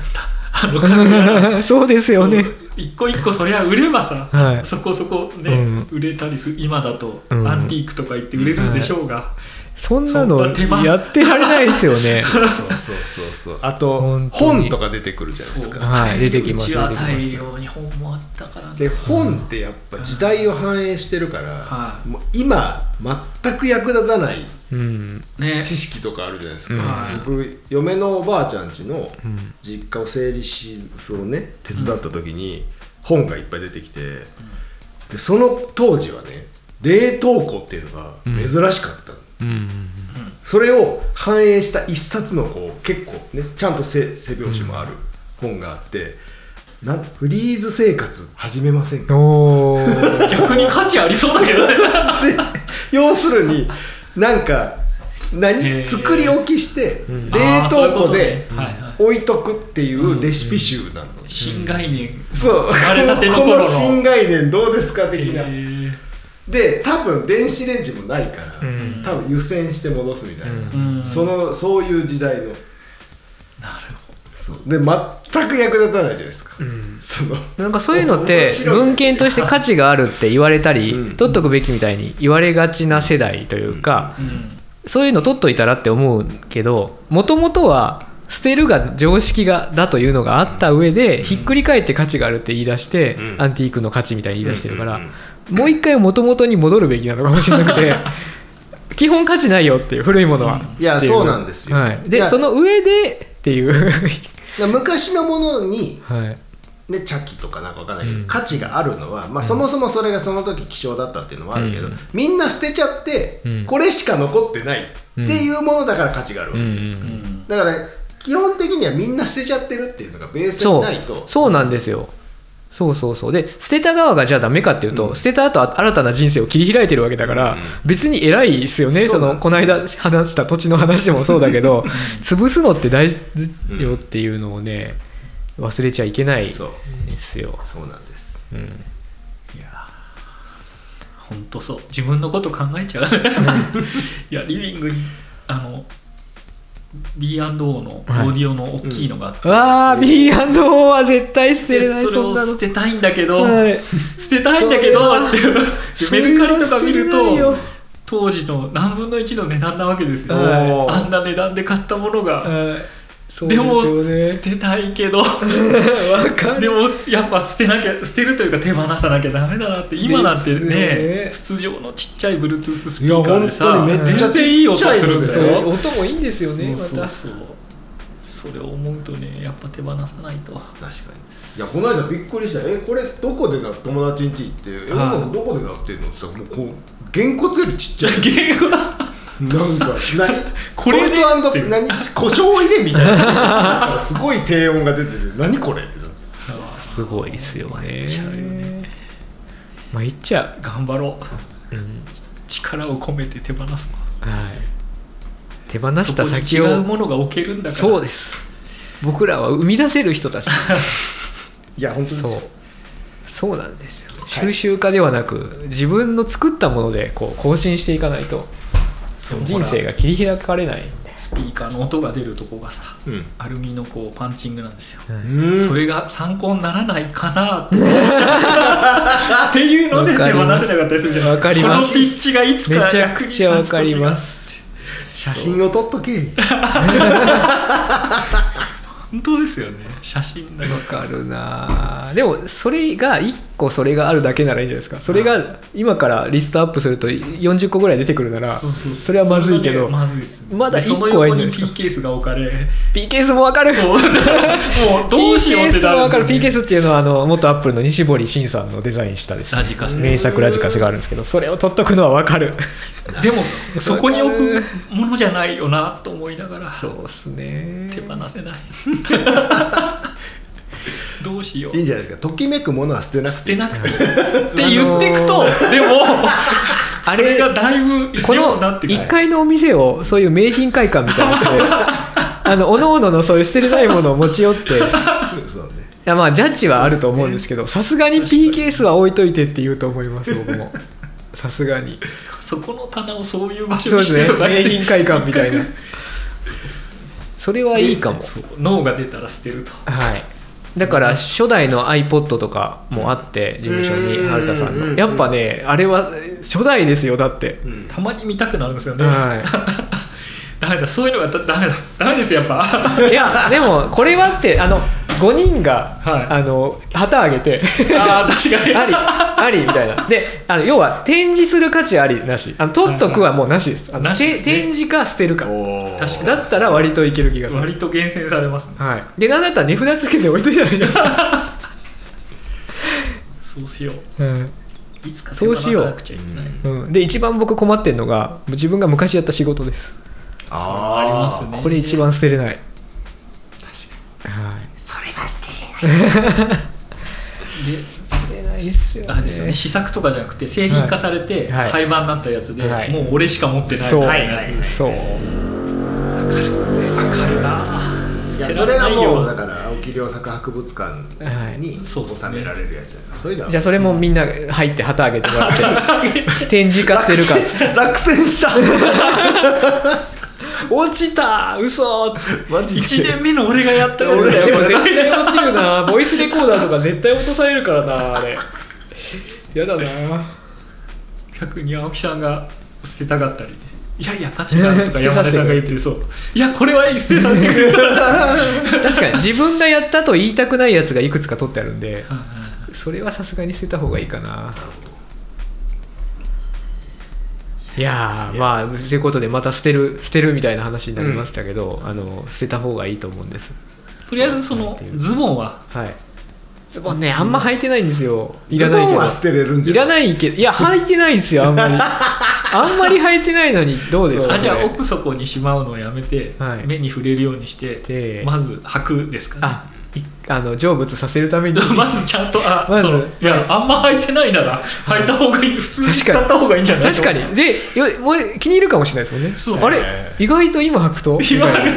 Speaker 3: あの家具やら
Speaker 2: そうですよね。
Speaker 3: 一個一個そりゃ売ればさ、
Speaker 2: はい
Speaker 3: そこそこね、
Speaker 2: うん
Speaker 3: 売れたりする今だと
Speaker 2: うん
Speaker 3: アンティークとか言って売れるんでしょうが、
Speaker 2: そんなの
Speaker 3: そんな手間
Speaker 2: やってられないですよね。
Speaker 1: そうそうそうそうあと
Speaker 2: 本当に
Speaker 1: 本とか出てくるじゃないです
Speaker 3: そう
Speaker 1: か
Speaker 2: はい出てきます
Speaker 3: うちは
Speaker 2: 出てきます
Speaker 3: 大量に本もあったからね
Speaker 1: で本ってやっぱ時代を反映してるから、
Speaker 3: はい
Speaker 1: もう今全く役立たない
Speaker 2: うん。
Speaker 3: ね
Speaker 1: 知識とかあるじゃないです
Speaker 2: うん
Speaker 1: か、
Speaker 3: はい
Speaker 1: 僕嫁のおばあちゃん家の
Speaker 2: うん
Speaker 1: 実家を整理しそうね手伝った時に本がいっぱい出てきて、でその当時はね冷凍庫っていうのが珍しかったの、
Speaker 2: うん。
Speaker 1: それを反映した一冊のこう結構ねちゃんと背背表紙もある本があって、なんフリーズ生活始めませんか
Speaker 2: おー
Speaker 3: 逆に価値ありそうだけどね
Speaker 1: で要するになんか
Speaker 3: へ
Speaker 1: 何
Speaker 3: ー
Speaker 1: 作り置きして
Speaker 2: ん
Speaker 1: 冷凍庫で
Speaker 3: あーそういうことねはいはい
Speaker 1: 置いとくっていうレシピ集なの、
Speaker 3: 新概念
Speaker 1: そう
Speaker 3: 生まれたての
Speaker 1: こ
Speaker 3: 頃の
Speaker 1: の新概念どうですか的な、
Speaker 3: えー
Speaker 1: で多分電子レンジもないから、
Speaker 2: うん
Speaker 1: 多分湯煎して戻すみたいな、
Speaker 3: うん
Speaker 1: そのそういう時代の
Speaker 3: なるほ
Speaker 1: で全く役立たないじゃないですか、
Speaker 2: ん
Speaker 1: その
Speaker 2: なんかそういうのって
Speaker 1: 面白い
Speaker 2: 文献として価値があるって言われたり、
Speaker 1: うん
Speaker 2: 取っとくべきみたいに言われがちな世代というか、
Speaker 3: ど、うん
Speaker 2: そういうの取っといたらって思うけどもともとは捨てるが常識がだというのがあった上で、ひっくり返って価値があるって言い出して、
Speaker 1: うん
Speaker 2: アンティークの価値みたいに言い出してるから、
Speaker 1: うんうん
Speaker 2: もう一回元々に戻るべきなのかもしれなく て基本価値ないよっていう古いものは。
Speaker 1: いや
Speaker 2: ってい
Speaker 1: そうなんですよ
Speaker 2: はい、
Speaker 1: い
Speaker 2: で
Speaker 1: や
Speaker 2: その上でっていう、
Speaker 1: 昔のものに
Speaker 2: はい
Speaker 1: ね、茶器とかなんかわかんないけど、
Speaker 2: うん
Speaker 1: 価値があるのは、まあ、そもそもそれがその時希少だったっていうのはあるけど、
Speaker 2: うん
Speaker 1: みんな捨てちゃって、
Speaker 2: うん
Speaker 1: これしか残ってないっていうものだから価値があるわ
Speaker 2: う、
Speaker 1: け、
Speaker 3: うんん
Speaker 1: だから基本的にはみんな捨てちゃってるっていうのがベース
Speaker 2: そ
Speaker 1: に
Speaker 2: う
Speaker 1: ないと
Speaker 2: そうなんですよそうそうそうで捨てた側がじゃあダメかっていうと、
Speaker 1: うん
Speaker 2: 捨てた後あ新たな人生を切り開いてるわけだから、
Speaker 1: うん
Speaker 2: 別に偉いですよね
Speaker 1: そ
Speaker 2: そう
Speaker 1: なん
Speaker 2: の
Speaker 1: です
Speaker 2: この間話した土地の話でもそうだけど潰すのって大事よっていうのをね忘れちゃいけない
Speaker 1: そう
Speaker 2: ですよ、
Speaker 1: そうなんです
Speaker 2: うん、
Speaker 3: いや本当そう自分のこと考えちゃ ういやリビングにあの B&O のオーディオの大きいのがあって、
Speaker 2: あー B&O は絶対捨てれ
Speaker 3: で
Speaker 2: ない
Speaker 3: それ
Speaker 2: そん
Speaker 3: を
Speaker 2: なの
Speaker 3: 捨てたいんだけど、
Speaker 2: はい
Speaker 3: 捨てたいんだけどっていう
Speaker 2: それ
Speaker 3: メ
Speaker 2: は
Speaker 3: ルカリとか見る
Speaker 2: 捨てない
Speaker 3: と
Speaker 2: よ
Speaker 3: 当時の何分の1の値段なわけですよ
Speaker 1: はい
Speaker 3: あんな値段で買ったものが
Speaker 2: そう
Speaker 3: でも
Speaker 2: です
Speaker 3: 捨
Speaker 2: よ
Speaker 3: て
Speaker 2: ね
Speaker 3: たいけど
Speaker 2: わか
Speaker 3: で
Speaker 2: る
Speaker 3: もやっぱ捨てなきゃ捨てるというか手放さなきゃダメだなって今なんて
Speaker 2: で
Speaker 3: ね
Speaker 2: す
Speaker 3: 筒状のちっちゃい Bluetooth スピーカーで
Speaker 1: いや
Speaker 3: さ
Speaker 1: 本当にめっちゃ
Speaker 3: 全然いい音するん
Speaker 1: ちっ
Speaker 3: だ
Speaker 1: ちゃい
Speaker 2: そう
Speaker 3: よ
Speaker 2: 音もいいんですよねま
Speaker 3: そうそう
Speaker 2: た
Speaker 3: そうそれを思うとねやっぱ手放さないと
Speaker 1: 確かにいやこの間びっくりした「えこれどこでな友達ん家行ってえ
Speaker 2: は い
Speaker 1: もうどこでなってんの?」って言ったらもうこうげんこつよりちっちゃい
Speaker 3: ゲームは
Speaker 1: なんか 何
Speaker 3: これで
Speaker 1: ソルト 何胡椒を入れみたいななんかすごい低音が出てて何これってなって
Speaker 2: すごいですよね
Speaker 3: ちゃうよね
Speaker 2: まあいっちゃ
Speaker 3: 頑張ろう
Speaker 2: う、うん
Speaker 3: 力を込めて手放す
Speaker 2: はい、手放
Speaker 3: の
Speaker 2: し
Speaker 3: そ
Speaker 2: た
Speaker 3: こに
Speaker 2: 先
Speaker 3: 違う
Speaker 2: を
Speaker 3: ものが置けるんだから
Speaker 2: そうです僕らは生み出せる 人たち
Speaker 1: いや本当です
Speaker 2: そ
Speaker 1: よ
Speaker 2: うそうなんですよ収集家ではなく自分の作ったものでこう更新していかないと
Speaker 3: そう
Speaker 2: 人生が切り開かれないんで、
Speaker 3: スピーカーの音が出るとこがさ
Speaker 1: うん
Speaker 3: アルミのこうパンチングなんですよ、
Speaker 1: うん
Speaker 3: それが参考にならないかなって思っち ゃったっていうので手
Speaker 2: わ
Speaker 3: 放
Speaker 2: か
Speaker 3: せ
Speaker 2: り
Speaker 3: な
Speaker 2: ます
Speaker 3: かったりするじゃない
Speaker 2: わかります
Speaker 3: このピッチがいつか
Speaker 2: めちゃくちゃわかります
Speaker 1: 写真を撮っとけ
Speaker 3: 本当ですよね写真だ
Speaker 2: わ
Speaker 3: か
Speaker 2: かるなぁでもそれが1個それがあるだけならいいんじゃないですかそれが今からリストアップすると40個ぐらい出てくるなら
Speaker 3: ら
Speaker 2: それはまずいけど
Speaker 3: それはねまずいっす
Speaker 2: まだ
Speaker 3: で
Speaker 2: 一
Speaker 3: そ
Speaker 2: 個
Speaker 3: の
Speaker 2: はいい
Speaker 3: 横
Speaker 2: んじ
Speaker 3: に
Speaker 2: ゃないですか
Speaker 3: P ケースが置かれ
Speaker 2: PKS もわかる
Speaker 3: もうもうどうしようってな
Speaker 2: PKS も
Speaker 3: る
Speaker 2: わかる
Speaker 3: んです
Speaker 2: PKS っていうのはあの元アップルの西堀慎さんのデザインしたです、
Speaker 3: ラジカセ
Speaker 2: 名作ラジカセがあるんですけどそれを取っとくのはわかる
Speaker 3: でもそこに置くものじゃないよなと思いながら
Speaker 2: そうっすね
Speaker 3: 手放せない どうしよう
Speaker 1: いいんじゃないですかときめくものは捨てなく
Speaker 3: 捨
Speaker 1: て
Speaker 3: てなくてって言ってくとでもあ
Speaker 2: あ
Speaker 3: れ
Speaker 2: れ
Speaker 3: がだいぶ
Speaker 2: こ
Speaker 3: 量
Speaker 2: の
Speaker 3: になってくる
Speaker 2: 1階のお店をそういう名品会館みた いにしてあのおのおののそういう捨てれないものを持ち寄って
Speaker 1: そうそうね
Speaker 2: いやまあジャッジはあると思うんですけどさすがに PKS は置いといてって言うと思います僕もさすがに
Speaker 3: そこの棚をそういう場
Speaker 2: そ
Speaker 3: 所
Speaker 2: うで
Speaker 3: に
Speaker 2: す
Speaker 3: して
Speaker 2: ね
Speaker 3: とか言
Speaker 2: 名
Speaker 3: って
Speaker 2: 品会館みたいなそれはいいかも
Speaker 3: そう脳が出たら捨てると
Speaker 2: はいだから初代の iPod とかもあって事務所
Speaker 1: う
Speaker 2: に
Speaker 1: ん
Speaker 2: 春田さん
Speaker 1: うんう
Speaker 2: の
Speaker 1: ん
Speaker 2: やっぱねあれは初代ですよだって
Speaker 1: うん
Speaker 3: たまに見たくなるんですよね、
Speaker 2: は
Speaker 3: ダメだそういうのがだダメだダメですよやっ ぱ
Speaker 2: いいやでもこれはってあの5人が、
Speaker 3: はい
Speaker 2: あの旗あ げて
Speaker 3: ああ確かに
Speaker 2: あり、ありみたいな。で、あの要は展示する価値ありなし、あの取っとくはもうなしです。あの
Speaker 3: なしですね
Speaker 2: て展示か捨てるか。
Speaker 1: おー
Speaker 3: 確かに
Speaker 2: だったら割といける気がする。
Speaker 3: 割と厳選されますね
Speaker 2: はい。で、なんだったら値札付けて置いといたらいいじゃない
Speaker 3: そうしよ
Speaker 2: です
Speaker 3: ういつか手放さなくちゃいけない
Speaker 2: か。うん。で、一番僕困ってるのが、自分が昔やった仕事です。
Speaker 1: あー
Speaker 3: ありますね
Speaker 2: これ一番捨てれない。はい。
Speaker 3: それは捨て
Speaker 2: 捨てれないですよ
Speaker 3: であれですよね試作とかじゃなくて製品化されて
Speaker 2: はいはい
Speaker 3: 廃盤になったやつで、
Speaker 2: はい
Speaker 3: もう俺しか持ってない
Speaker 2: そう。
Speaker 1: はいはいはい
Speaker 2: そう。
Speaker 3: わかるない捨
Speaker 1: や
Speaker 3: て
Speaker 1: そ
Speaker 3: ら
Speaker 1: れ
Speaker 3: れ
Speaker 1: は
Speaker 3: ない
Speaker 1: もう だ
Speaker 3: よ
Speaker 1: から青木良作博物館に
Speaker 3: い
Speaker 1: 収められるやつやなそういうのは
Speaker 2: じゃあそれもみんな入って旗あげてもら って、展示化捨てるかっつって。
Speaker 1: 落選した
Speaker 2: 落ちた嘘っつって。
Speaker 1: マジで
Speaker 3: 1年目の 俺がやったやつだ
Speaker 2: で
Speaker 3: よ
Speaker 2: も
Speaker 3: これ
Speaker 2: 絶対落ちるなボイスレコーダーとか絶対落とされるからなあれやだな
Speaker 3: 逆に青木さんが捨てたかったりねいやいや価値があるとか山根さんが言ってそういやこれは捨てさせてく れた
Speaker 2: 確かに自分がやったと言いたくないやつがいくつか取ってあるんでそれはさすがに捨てた方がいいかないやーまあということでまた捨てる捨てるみたいな話になりましたけど、あの捨てた方がいいと思うんです
Speaker 3: とりあえずそのズボンは
Speaker 2: はいズボンねあんま履いてないんですよい
Speaker 1: ズ
Speaker 2: ら
Speaker 1: ボ
Speaker 2: ないけど
Speaker 1: ンは捨てれるんじ
Speaker 2: い
Speaker 1: ゃない
Speaker 2: らないけどい や履いてないんですよあんまりあんまり履いてないのにどうですか
Speaker 3: あじゃ
Speaker 2: こ
Speaker 3: あ
Speaker 2: れ
Speaker 3: 奥底にしまうのをやめて、
Speaker 2: はい
Speaker 3: 目に触れるようにして
Speaker 2: で
Speaker 3: まず履くですか、ね、
Speaker 2: あいあの成仏させるために
Speaker 3: まずちゃんとあ、
Speaker 2: まず
Speaker 3: そのいやあんま履いてないなら履いた方がいい普通に使った方がいいんじゃない
Speaker 2: 確か にでよもう気に入るかもしれないです
Speaker 3: そ
Speaker 2: も
Speaker 3: うんで
Speaker 2: ね
Speaker 3: す
Speaker 2: あ
Speaker 1: ね
Speaker 2: れ意外と今履くとみたい
Speaker 3: 今
Speaker 2: な
Speaker 3: が
Speaker 1: い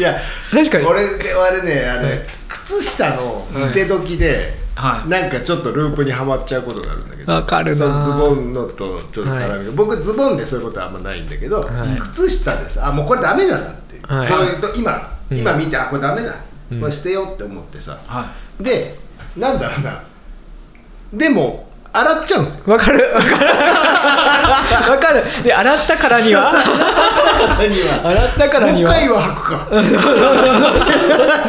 Speaker 1: や
Speaker 2: 確かに
Speaker 1: 俺あれねあの
Speaker 2: はい
Speaker 1: 靴下の捨て時で、
Speaker 3: はい
Speaker 1: なんかちょっとループにはまっちゃうことがあるんだけど
Speaker 2: わかる
Speaker 1: そ
Speaker 2: な
Speaker 1: のズボンのとちょっと絡みが、
Speaker 2: は
Speaker 1: 僕ズボンでそういうことはあんまないんだけど、
Speaker 2: はい
Speaker 1: 靴下でさあもうこれダメだなって、
Speaker 2: はい
Speaker 1: こういうと今
Speaker 2: うん
Speaker 1: 今見て、あこれダメだ
Speaker 2: うん
Speaker 1: これ捨てようって思ってさ、
Speaker 3: は
Speaker 1: でなんだろうなでも洗っちゃうん ですよ
Speaker 2: わかるわかるわかるで洗ったからには
Speaker 1: 何は
Speaker 2: 洗ったから
Speaker 1: もう
Speaker 2: に
Speaker 1: 一
Speaker 2: は
Speaker 1: 回は履くか
Speaker 3: い
Speaker 2: わかるわか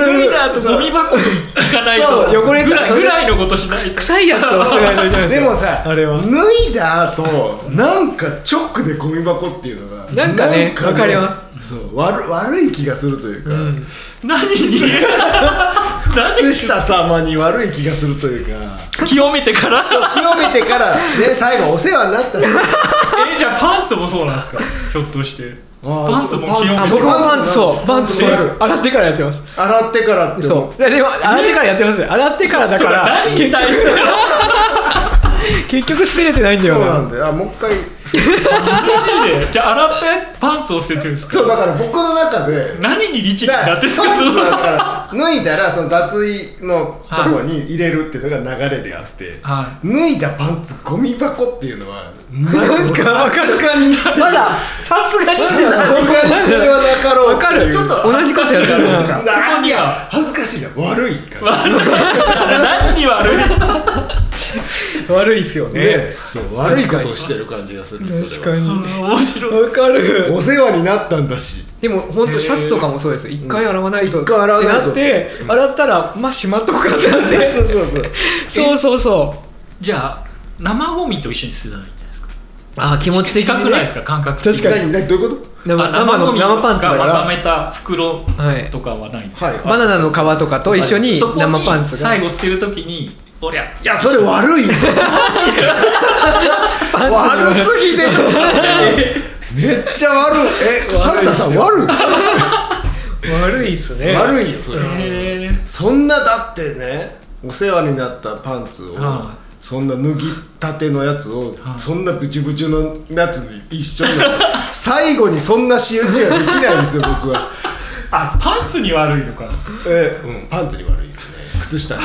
Speaker 3: 脱い
Speaker 2: る
Speaker 3: だ後ゴミ箱に行かない
Speaker 1: そう
Speaker 3: と
Speaker 2: 汚れた
Speaker 3: ぐらい
Speaker 2: それ
Speaker 3: ぐらいのことしないと
Speaker 2: 臭いやつを捨 てないといけないす
Speaker 1: で
Speaker 2: よ
Speaker 1: もさ
Speaker 2: あれは
Speaker 1: 脱いだ後なんかチョックでゴミ箱っていうのが
Speaker 2: なんかねわかります
Speaker 1: そう悪悪い気がするというか、
Speaker 2: うん
Speaker 3: 何になんで
Speaker 1: 靴下様に悪い気がするというか
Speaker 3: 清めてから
Speaker 1: 清めてからね最後お世話になった人
Speaker 3: えじゃあパンツもそうなんですかひょっとして
Speaker 1: あ ー
Speaker 3: パンツも清め
Speaker 1: あ
Speaker 2: あ
Speaker 3: て
Speaker 1: そう
Speaker 2: 僕
Speaker 3: から
Speaker 2: はパンツそうパンツそうです洗ってからやってます
Speaker 1: 洗ってからって
Speaker 2: そういやでも洗ってからやってますね洗ってからだ
Speaker 3: そ
Speaker 2: か
Speaker 3: れ
Speaker 2: ら
Speaker 3: 何に対しての
Speaker 2: 結局捨てれてないんだ
Speaker 1: そ
Speaker 2: よ
Speaker 1: うなん
Speaker 2: な
Speaker 1: だよあもう一回
Speaker 3: マジでじゃあ洗ってパンツを捨ててるんですか
Speaker 1: そうだから僕の中で
Speaker 3: 何に律儀に
Speaker 1: だ
Speaker 3: なって
Speaker 1: パンツはだから脱いだらその脱衣のとこに入れるっていうのが流れであって
Speaker 3: は
Speaker 1: 脱いだパンツゴミ箱っていうのは
Speaker 2: んかわかる
Speaker 1: さすがに
Speaker 2: まだ
Speaker 3: さすがに
Speaker 1: さすがにこれはなかろう
Speaker 2: わかる
Speaker 3: ちょっと
Speaker 2: 同じことやってる
Speaker 3: 恥ずかしいじゃないですかそこ
Speaker 1: い
Speaker 3: に
Speaker 1: や
Speaker 3: は
Speaker 1: 恥ずかしいな悪いから
Speaker 3: 悪いから何に悪い
Speaker 2: 悪いっすよね
Speaker 1: ね、そう悪いことをしてる感じがする
Speaker 2: 確か
Speaker 3: うん
Speaker 2: に
Speaker 3: 面白い
Speaker 2: わかる
Speaker 1: お世話になったんだし
Speaker 2: でも本当シャツとかもそうです一回洗わないと
Speaker 1: 一
Speaker 2: っ
Speaker 1: 回
Speaker 2: て
Speaker 1: 洗わないと
Speaker 2: なって洗ったらまあしまっとくかってなって
Speaker 1: そうそうそう
Speaker 2: そうそうそう
Speaker 3: じゃあ生ゴミと一緒に捨てたらいいんじゃないですか
Speaker 2: あー気持ち的
Speaker 3: 近
Speaker 2: に
Speaker 3: くないで
Speaker 2: ね
Speaker 3: すか感覚的
Speaker 2: 確か
Speaker 1: 何
Speaker 2: に
Speaker 1: 何どういうこ
Speaker 2: 生
Speaker 3: あ生
Speaker 2: 生
Speaker 3: ゴ
Speaker 2: の
Speaker 3: ミ
Speaker 2: 生パンツだか
Speaker 3: がまと
Speaker 2: ら
Speaker 3: めた袋
Speaker 2: はい
Speaker 3: とかはないんです
Speaker 1: と
Speaker 3: か
Speaker 1: はい
Speaker 2: バナナの皮とかと一緒に
Speaker 3: そこ
Speaker 2: 生パン
Speaker 3: に
Speaker 2: ツが
Speaker 3: 最後捨てるときにおりゃ
Speaker 1: いやそれ悪 いよ悪すぎでしょめっちゃ悪いえ
Speaker 2: 悪
Speaker 1: 春
Speaker 2: いですよ
Speaker 1: 田さん悪い
Speaker 2: 悪いっすね
Speaker 1: 悪いよそれは
Speaker 3: へえ
Speaker 1: そんなだってねお世話になったパンツを
Speaker 3: は
Speaker 1: そんな脱ぎたてのやつを
Speaker 3: はい
Speaker 1: そんなブチブチのやつに一緒 になって最後にそんな仕打ちはできないんですよ 僕は。
Speaker 3: あパンツに悪いのか
Speaker 1: えーうん、パンツに悪いですね靴下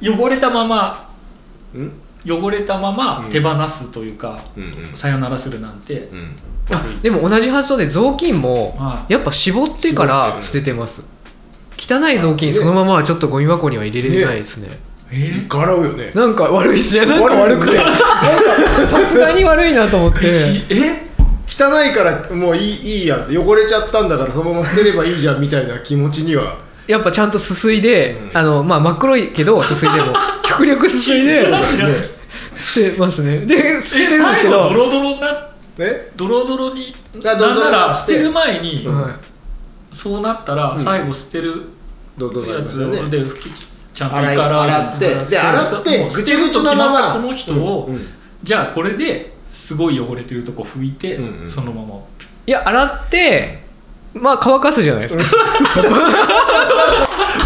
Speaker 1: にも
Speaker 3: 汚れたまま
Speaker 1: うん
Speaker 3: 汚れたまま手放すというか、
Speaker 1: うん
Speaker 3: さよならするなんて
Speaker 1: うんうん
Speaker 2: あでも同じ発想で雑巾も
Speaker 3: は
Speaker 2: やっぱ絞ってから捨ててます汚い雑巾そのままはちょっとゴミ箱には入れれないですね
Speaker 3: え
Speaker 1: 柄うよね
Speaker 2: なんか悪いっすねなんか悪くて
Speaker 1: 悪い
Speaker 2: さすがに悪いなと思って
Speaker 3: ー、え
Speaker 1: 汚いからもういいいいや汚れちゃったんだからそのまま捨てればいいじゃんみたいな気持ちには
Speaker 2: やっぱちゃんとすすいで
Speaker 1: うん
Speaker 2: あのまあ真っ黒いけどすすいで も極力すすい
Speaker 3: 信
Speaker 2: で
Speaker 3: じられない
Speaker 2: 捨てますねで捨て
Speaker 3: え
Speaker 2: るんですけ
Speaker 3: 最
Speaker 2: ど
Speaker 3: 後ドロドロな
Speaker 1: ね
Speaker 3: ドロドロに
Speaker 1: あド
Speaker 3: な
Speaker 1: ロドロ
Speaker 3: んなら
Speaker 1: な
Speaker 3: 捨てる前に、
Speaker 2: はい
Speaker 3: そうなったら
Speaker 1: ん
Speaker 3: 最後捨てる
Speaker 1: どうどうな
Speaker 3: や
Speaker 1: りまし
Speaker 3: つ
Speaker 1: た
Speaker 3: を
Speaker 1: ね
Speaker 3: で拭きちゃんと
Speaker 1: 洗い
Speaker 3: から
Speaker 1: 洗ってで洗ってぐちゃぐちゃのまま
Speaker 3: この人を、
Speaker 1: うん
Speaker 3: じゃあこれですごい汚れてるとこ拭いて、
Speaker 1: うんうん
Speaker 3: そのまま
Speaker 2: いや洗ってまあ乾かすじゃないですか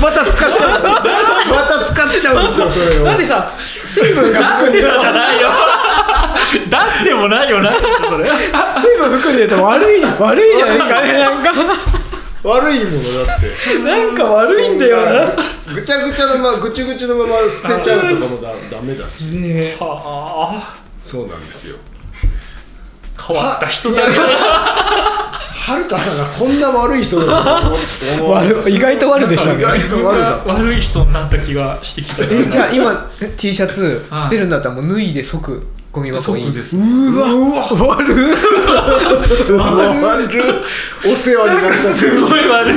Speaker 1: また使っちゃうんだまた使っちゃうんですよそれを
Speaker 2: なんでさ水分が
Speaker 3: なんでさじゃない よ だってもないよないでしょそれ
Speaker 2: 水分含んでると悪い悪いじゃないですかねなんか
Speaker 1: 悪いものだって
Speaker 2: なんか悪いんだよな
Speaker 1: そんぐちゃぐちゃのままぐちゅぐちゅのまま捨てちゃうとかもだダメだし
Speaker 2: ね
Speaker 3: は
Speaker 1: そうなんですよ
Speaker 3: あ変わった人
Speaker 1: い
Speaker 3: だ
Speaker 1: やいやはるかさんがそんな悪い人だと思う思わなかった
Speaker 2: 悪意外と悪でした
Speaker 1: 意外
Speaker 2: ね
Speaker 1: と悪だ
Speaker 3: 悪い人になった気がしてきた
Speaker 2: えじゃあ今え T シャツ
Speaker 3: はい
Speaker 2: 捨てるんだったらもう脱いで即ゴミ
Speaker 3: そ
Speaker 2: 箱
Speaker 3: う
Speaker 2: に
Speaker 3: です
Speaker 1: うわうわ悪る悪るお世話になった
Speaker 3: すごい悪い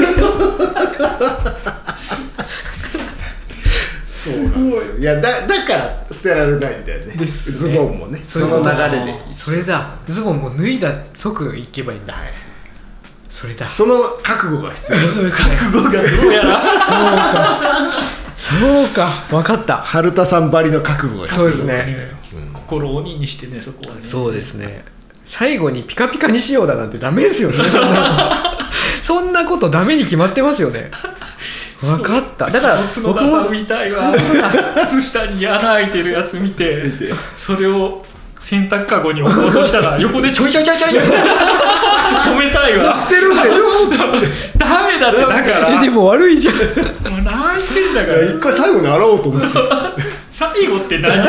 Speaker 1: そうなんですよいやだだから捨てられないんだよね
Speaker 2: ですね
Speaker 1: ズボンもねそ
Speaker 2: れ
Speaker 1: の
Speaker 2: も
Speaker 1: 流れで
Speaker 2: それだズボンもう脱いだ即行けばいいんだ
Speaker 1: はい
Speaker 2: それだ
Speaker 1: その覚悟が必要
Speaker 2: そう ですね
Speaker 3: どうやら
Speaker 2: そうか分かった
Speaker 1: 春田さんばりの覚悟が必
Speaker 2: そ
Speaker 1: 要
Speaker 2: うですね
Speaker 3: 心を鬼にしてねそこはね
Speaker 2: そうですね最後にピカピカにしようだなんてダメですよねそんなそんなことダメに決まってますよね分かっただから
Speaker 3: その
Speaker 2: 僕
Speaker 3: 角田
Speaker 2: も
Speaker 3: さんみたいわ靴下に穴開いてるやつ見て
Speaker 1: て
Speaker 3: それを洗濯かごに置こうとしたら横でちょいちょいちょいちょい止めたいわ
Speaker 1: 捨てるんでしょ
Speaker 3: ダメだってだから
Speaker 2: えでも悪いじゃん
Speaker 3: もう泣いてんだか
Speaker 1: いや
Speaker 3: ら
Speaker 1: 一回最後に洗おうと思って
Speaker 3: 最後って何よ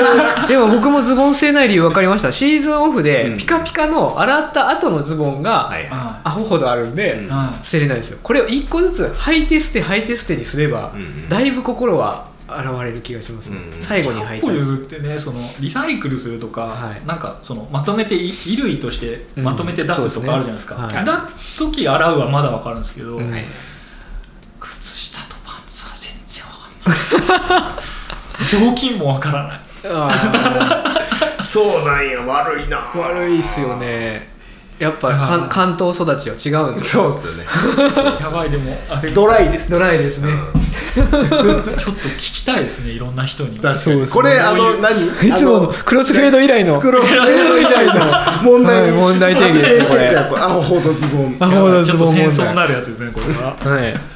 Speaker 2: でも僕もズボン捨てない理由分かりましたシーズンオフ
Speaker 1: う
Speaker 2: で
Speaker 1: ん
Speaker 2: ピカピカの洗った後のズボンが
Speaker 1: はい
Speaker 3: あ
Speaker 2: アホほどあるんで
Speaker 1: うん
Speaker 3: あ
Speaker 2: 捨てれないんですよこれを1個ずつ履いて捨て履いて捨てにすれば
Speaker 1: うんうん
Speaker 2: だいぶ心は洗われる気がしますね
Speaker 1: うんうん
Speaker 2: 最後に履
Speaker 3: 100
Speaker 2: いた
Speaker 3: 個譲ってねそのリサイクルするとか、
Speaker 2: はい
Speaker 3: なんかそのまとめてい衣類として
Speaker 2: うん
Speaker 3: まとめて出すとかあるじゃないですか、
Speaker 2: そうですねはい
Speaker 3: だ時洗うはまだ分かるんですけど、
Speaker 2: うん
Speaker 3: 靴下とパンツは全然分かんない雑巾も分からない
Speaker 2: あ
Speaker 1: そうなんや悪いな
Speaker 2: ー悪いっすよねやっぱ
Speaker 3: あー
Speaker 2: 関関東育ちは違うんです
Speaker 1: そうですよね
Speaker 3: やばいでもあれ
Speaker 1: ドライですね
Speaker 2: ドライですね
Speaker 1: うん
Speaker 3: ちょっと聞きたいですねいろんな人に
Speaker 1: 確か
Speaker 2: そうで
Speaker 1: に
Speaker 2: す
Speaker 1: これあ
Speaker 3: そう
Speaker 1: の
Speaker 3: いう
Speaker 1: 何
Speaker 2: いつものクロスフェード以来の
Speaker 1: 黒黒以来の問題に
Speaker 2: はい問題提起ですねこれ
Speaker 1: 発展しててアホほどズボン
Speaker 2: ア
Speaker 3: い
Speaker 2: ホほど
Speaker 3: やち
Speaker 2: ズ
Speaker 3: ょっと
Speaker 2: ボン
Speaker 3: 戦争
Speaker 2: 問
Speaker 3: に
Speaker 2: 題
Speaker 3: なるやつですねこれは
Speaker 2: はい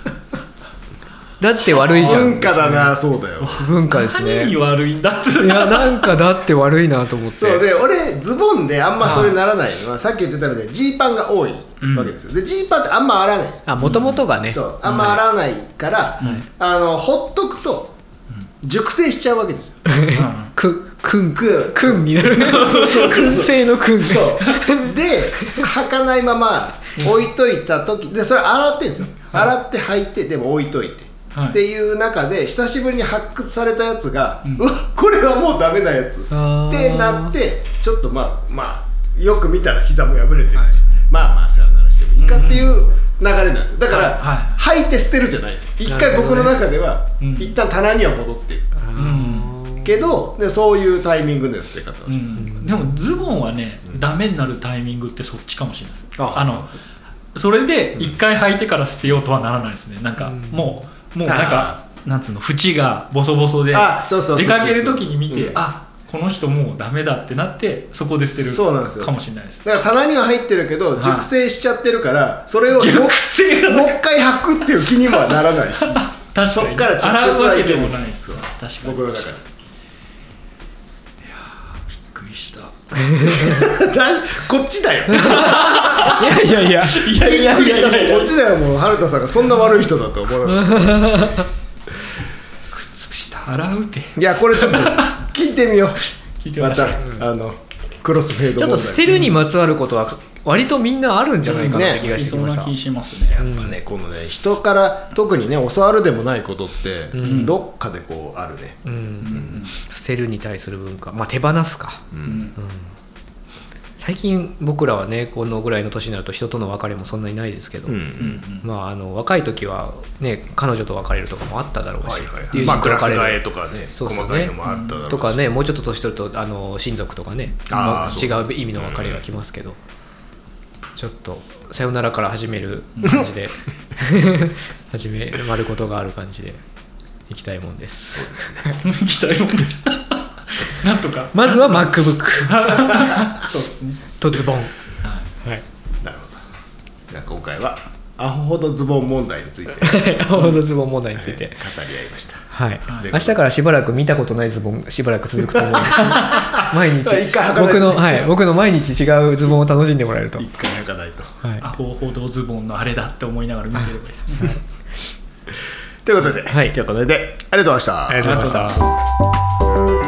Speaker 2: だって悪いじゃん
Speaker 1: 文化だなそうだよ
Speaker 2: 文化ですね
Speaker 3: 何に
Speaker 2: い
Speaker 3: 悪いんだっつう
Speaker 2: やなんかだって悪いなと思って
Speaker 1: そうで俺ズボンであんまそれならないのはさっき言ってたみたいにジーパンが多いわけですよでジーパンってあんま洗わないんですよ
Speaker 2: あもともとがね
Speaker 1: そうあんま洗わないから、あのほっとくと熟成しちゃうわけですよ
Speaker 3: うん
Speaker 2: くくん
Speaker 1: く
Speaker 2: くんになる燻製のくん
Speaker 1: そうで履かないまま置いといた時でそれ洗ってんですよ洗って履いてでも置いといて、
Speaker 3: はい
Speaker 1: っていう中で久しぶりに発掘されたやつが、
Speaker 3: うん
Speaker 1: うわこれはもうダメなやつっ
Speaker 2: あー
Speaker 1: てなってちょっとまあまあよく見たら膝も破れてるし、まあまあさよならしてもいいかっていう流れなんですよだから、
Speaker 3: は
Speaker 1: 履いて捨てるじゃないですよ一
Speaker 2: なる
Speaker 1: 回
Speaker 2: ほど
Speaker 1: 僕
Speaker 2: ね
Speaker 1: の中では、
Speaker 3: うん
Speaker 1: 一旦棚には戻ってる
Speaker 3: ん
Speaker 1: けどでそういうタイミングで捨て方をして
Speaker 3: う
Speaker 1: る
Speaker 3: ん、でもズボンはね、ダメになるタイミングってそっちかもしれないです
Speaker 1: あ
Speaker 3: あのそれで一回履いてから捨てようとはならないですねなんか、
Speaker 2: うん
Speaker 3: もうもうなんかなんつうの縁がボソボソで
Speaker 1: あそうそうそうそう
Speaker 3: 出かける時に見て、
Speaker 1: うん
Speaker 3: あこの人もうダメだってなってそこで捨てる
Speaker 1: そうなんですよ
Speaker 3: かもしれないです
Speaker 1: だから棚には入ってるけど
Speaker 3: はい
Speaker 1: 熟成しちゃってるからそれをも
Speaker 3: 熟成が
Speaker 1: もう一回履くっていう気にはならないし
Speaker 3: 確
Speaker 1: そ
Speaker 3: か
Speaker 1: っ
Speaker 3: に
Speaker 1: から直接
Speaker 3: 洗うわけで
Speaker 1: は
Speaker 3: も
Speaker 1: いけ
Speaker 3: な
Speaker 1: ない
Speaker 3: で
Speaker 1: いですす
Speaker 3: ね確かに
Speaker 1: 僕の
Speaker 3: 確
Speaker 1: 中
Speaker 3: か
Speaker 1: で
Speaker 3: にびっくりした
Speaker 1: だこっちだよ
Speaker 2: いや
Speaker 1: いやい
Speaker 2: いやいや
Speaker 1: やいやいやこっちだよもう春田さんがそんな悪い人だと思うし
Speaker 3: 靴下洗うて
Speaker 1: いやこれちょっと聞いてみよう
Speaker 3: 聞いてみ
Speaker 1: ま
Speaker 3: ました
Speaker 1: たあのクロスフェード
Speaker 2: ちょっと捨てるにまつわることは割とみんなあるんじゃないかなって気がしてき
Speaker 3: そん
Speaker 2: まし
Speaker 3: な
Speaker 2: た、
Speaker 3: 気しますね
Speaker 1: やっぱねこのね人から特にね教わるでもないことって、
Speaker 2: うん
Speaker 1: どっかでこうあるね、
Speaker 2: うん
Speaker 3: うん
Speaker 2: 捨てるに対する文化まあ手放すか
Speaker 3: うん
Speaker 2: 最近僕らはねこのぐらいの年になると人との別れもそんなにないですけど、
Speaker 3: うんうん
Speaker 2: まあ、あの若い時は、ね、彼女と別れるとかもあっただろうし、友
Speaker 1: まあ
Speaker 2: 人と
Speaker 1: クラス
Speaker 2: 別れる、
Speaker 1: 替えとかね
Speaker 2: そうそうね
Speaker 1: 細かいのもあっただろうし
Speaker 2: とかねもうちょっと年取るとあの親族とかね
Speaker 1: あ
Speaker 2: まあ
Speaker 1: ー
Speaker 2: 違う意味の別れが来ますけど、ちょっと「さよなら」から始める感じで 始めることがある感じでいきたいもんです
Speaker 3: 行きたいもんですなんとか
Speaker 2: まずは MacBook
Speaker 3: そうですね
Speaker 2: とズボン、は、
Speaker 3: はい
Speaker 1: なるほど。じゃあ今回はアホほどズボン問題につい て語
Speaker 2: ほどズボン問題について
Speaker 1: り、合いました。
Speaker 2: はい
Speaker 1: はい
Speaker 2: 明日からしばらく見たことないズボンがしばらく続くと思う んですけど毎日
Speaker 1: 一回履かないとね
Speaker 2: 僕の、はい、僕の毎日違うズボンを楽しんでもらえると、
Speaker 1: 一回履かないと。
Speaker 2: はい
Speaker 3: アホ報道ズボンのあれだって思いながら見てればいいですね
Speaker 1: ということで、
Speaker 2: はい
Speaker 1: 今日はこれでありがとうございました。
Speaker 2: ありがとうございました。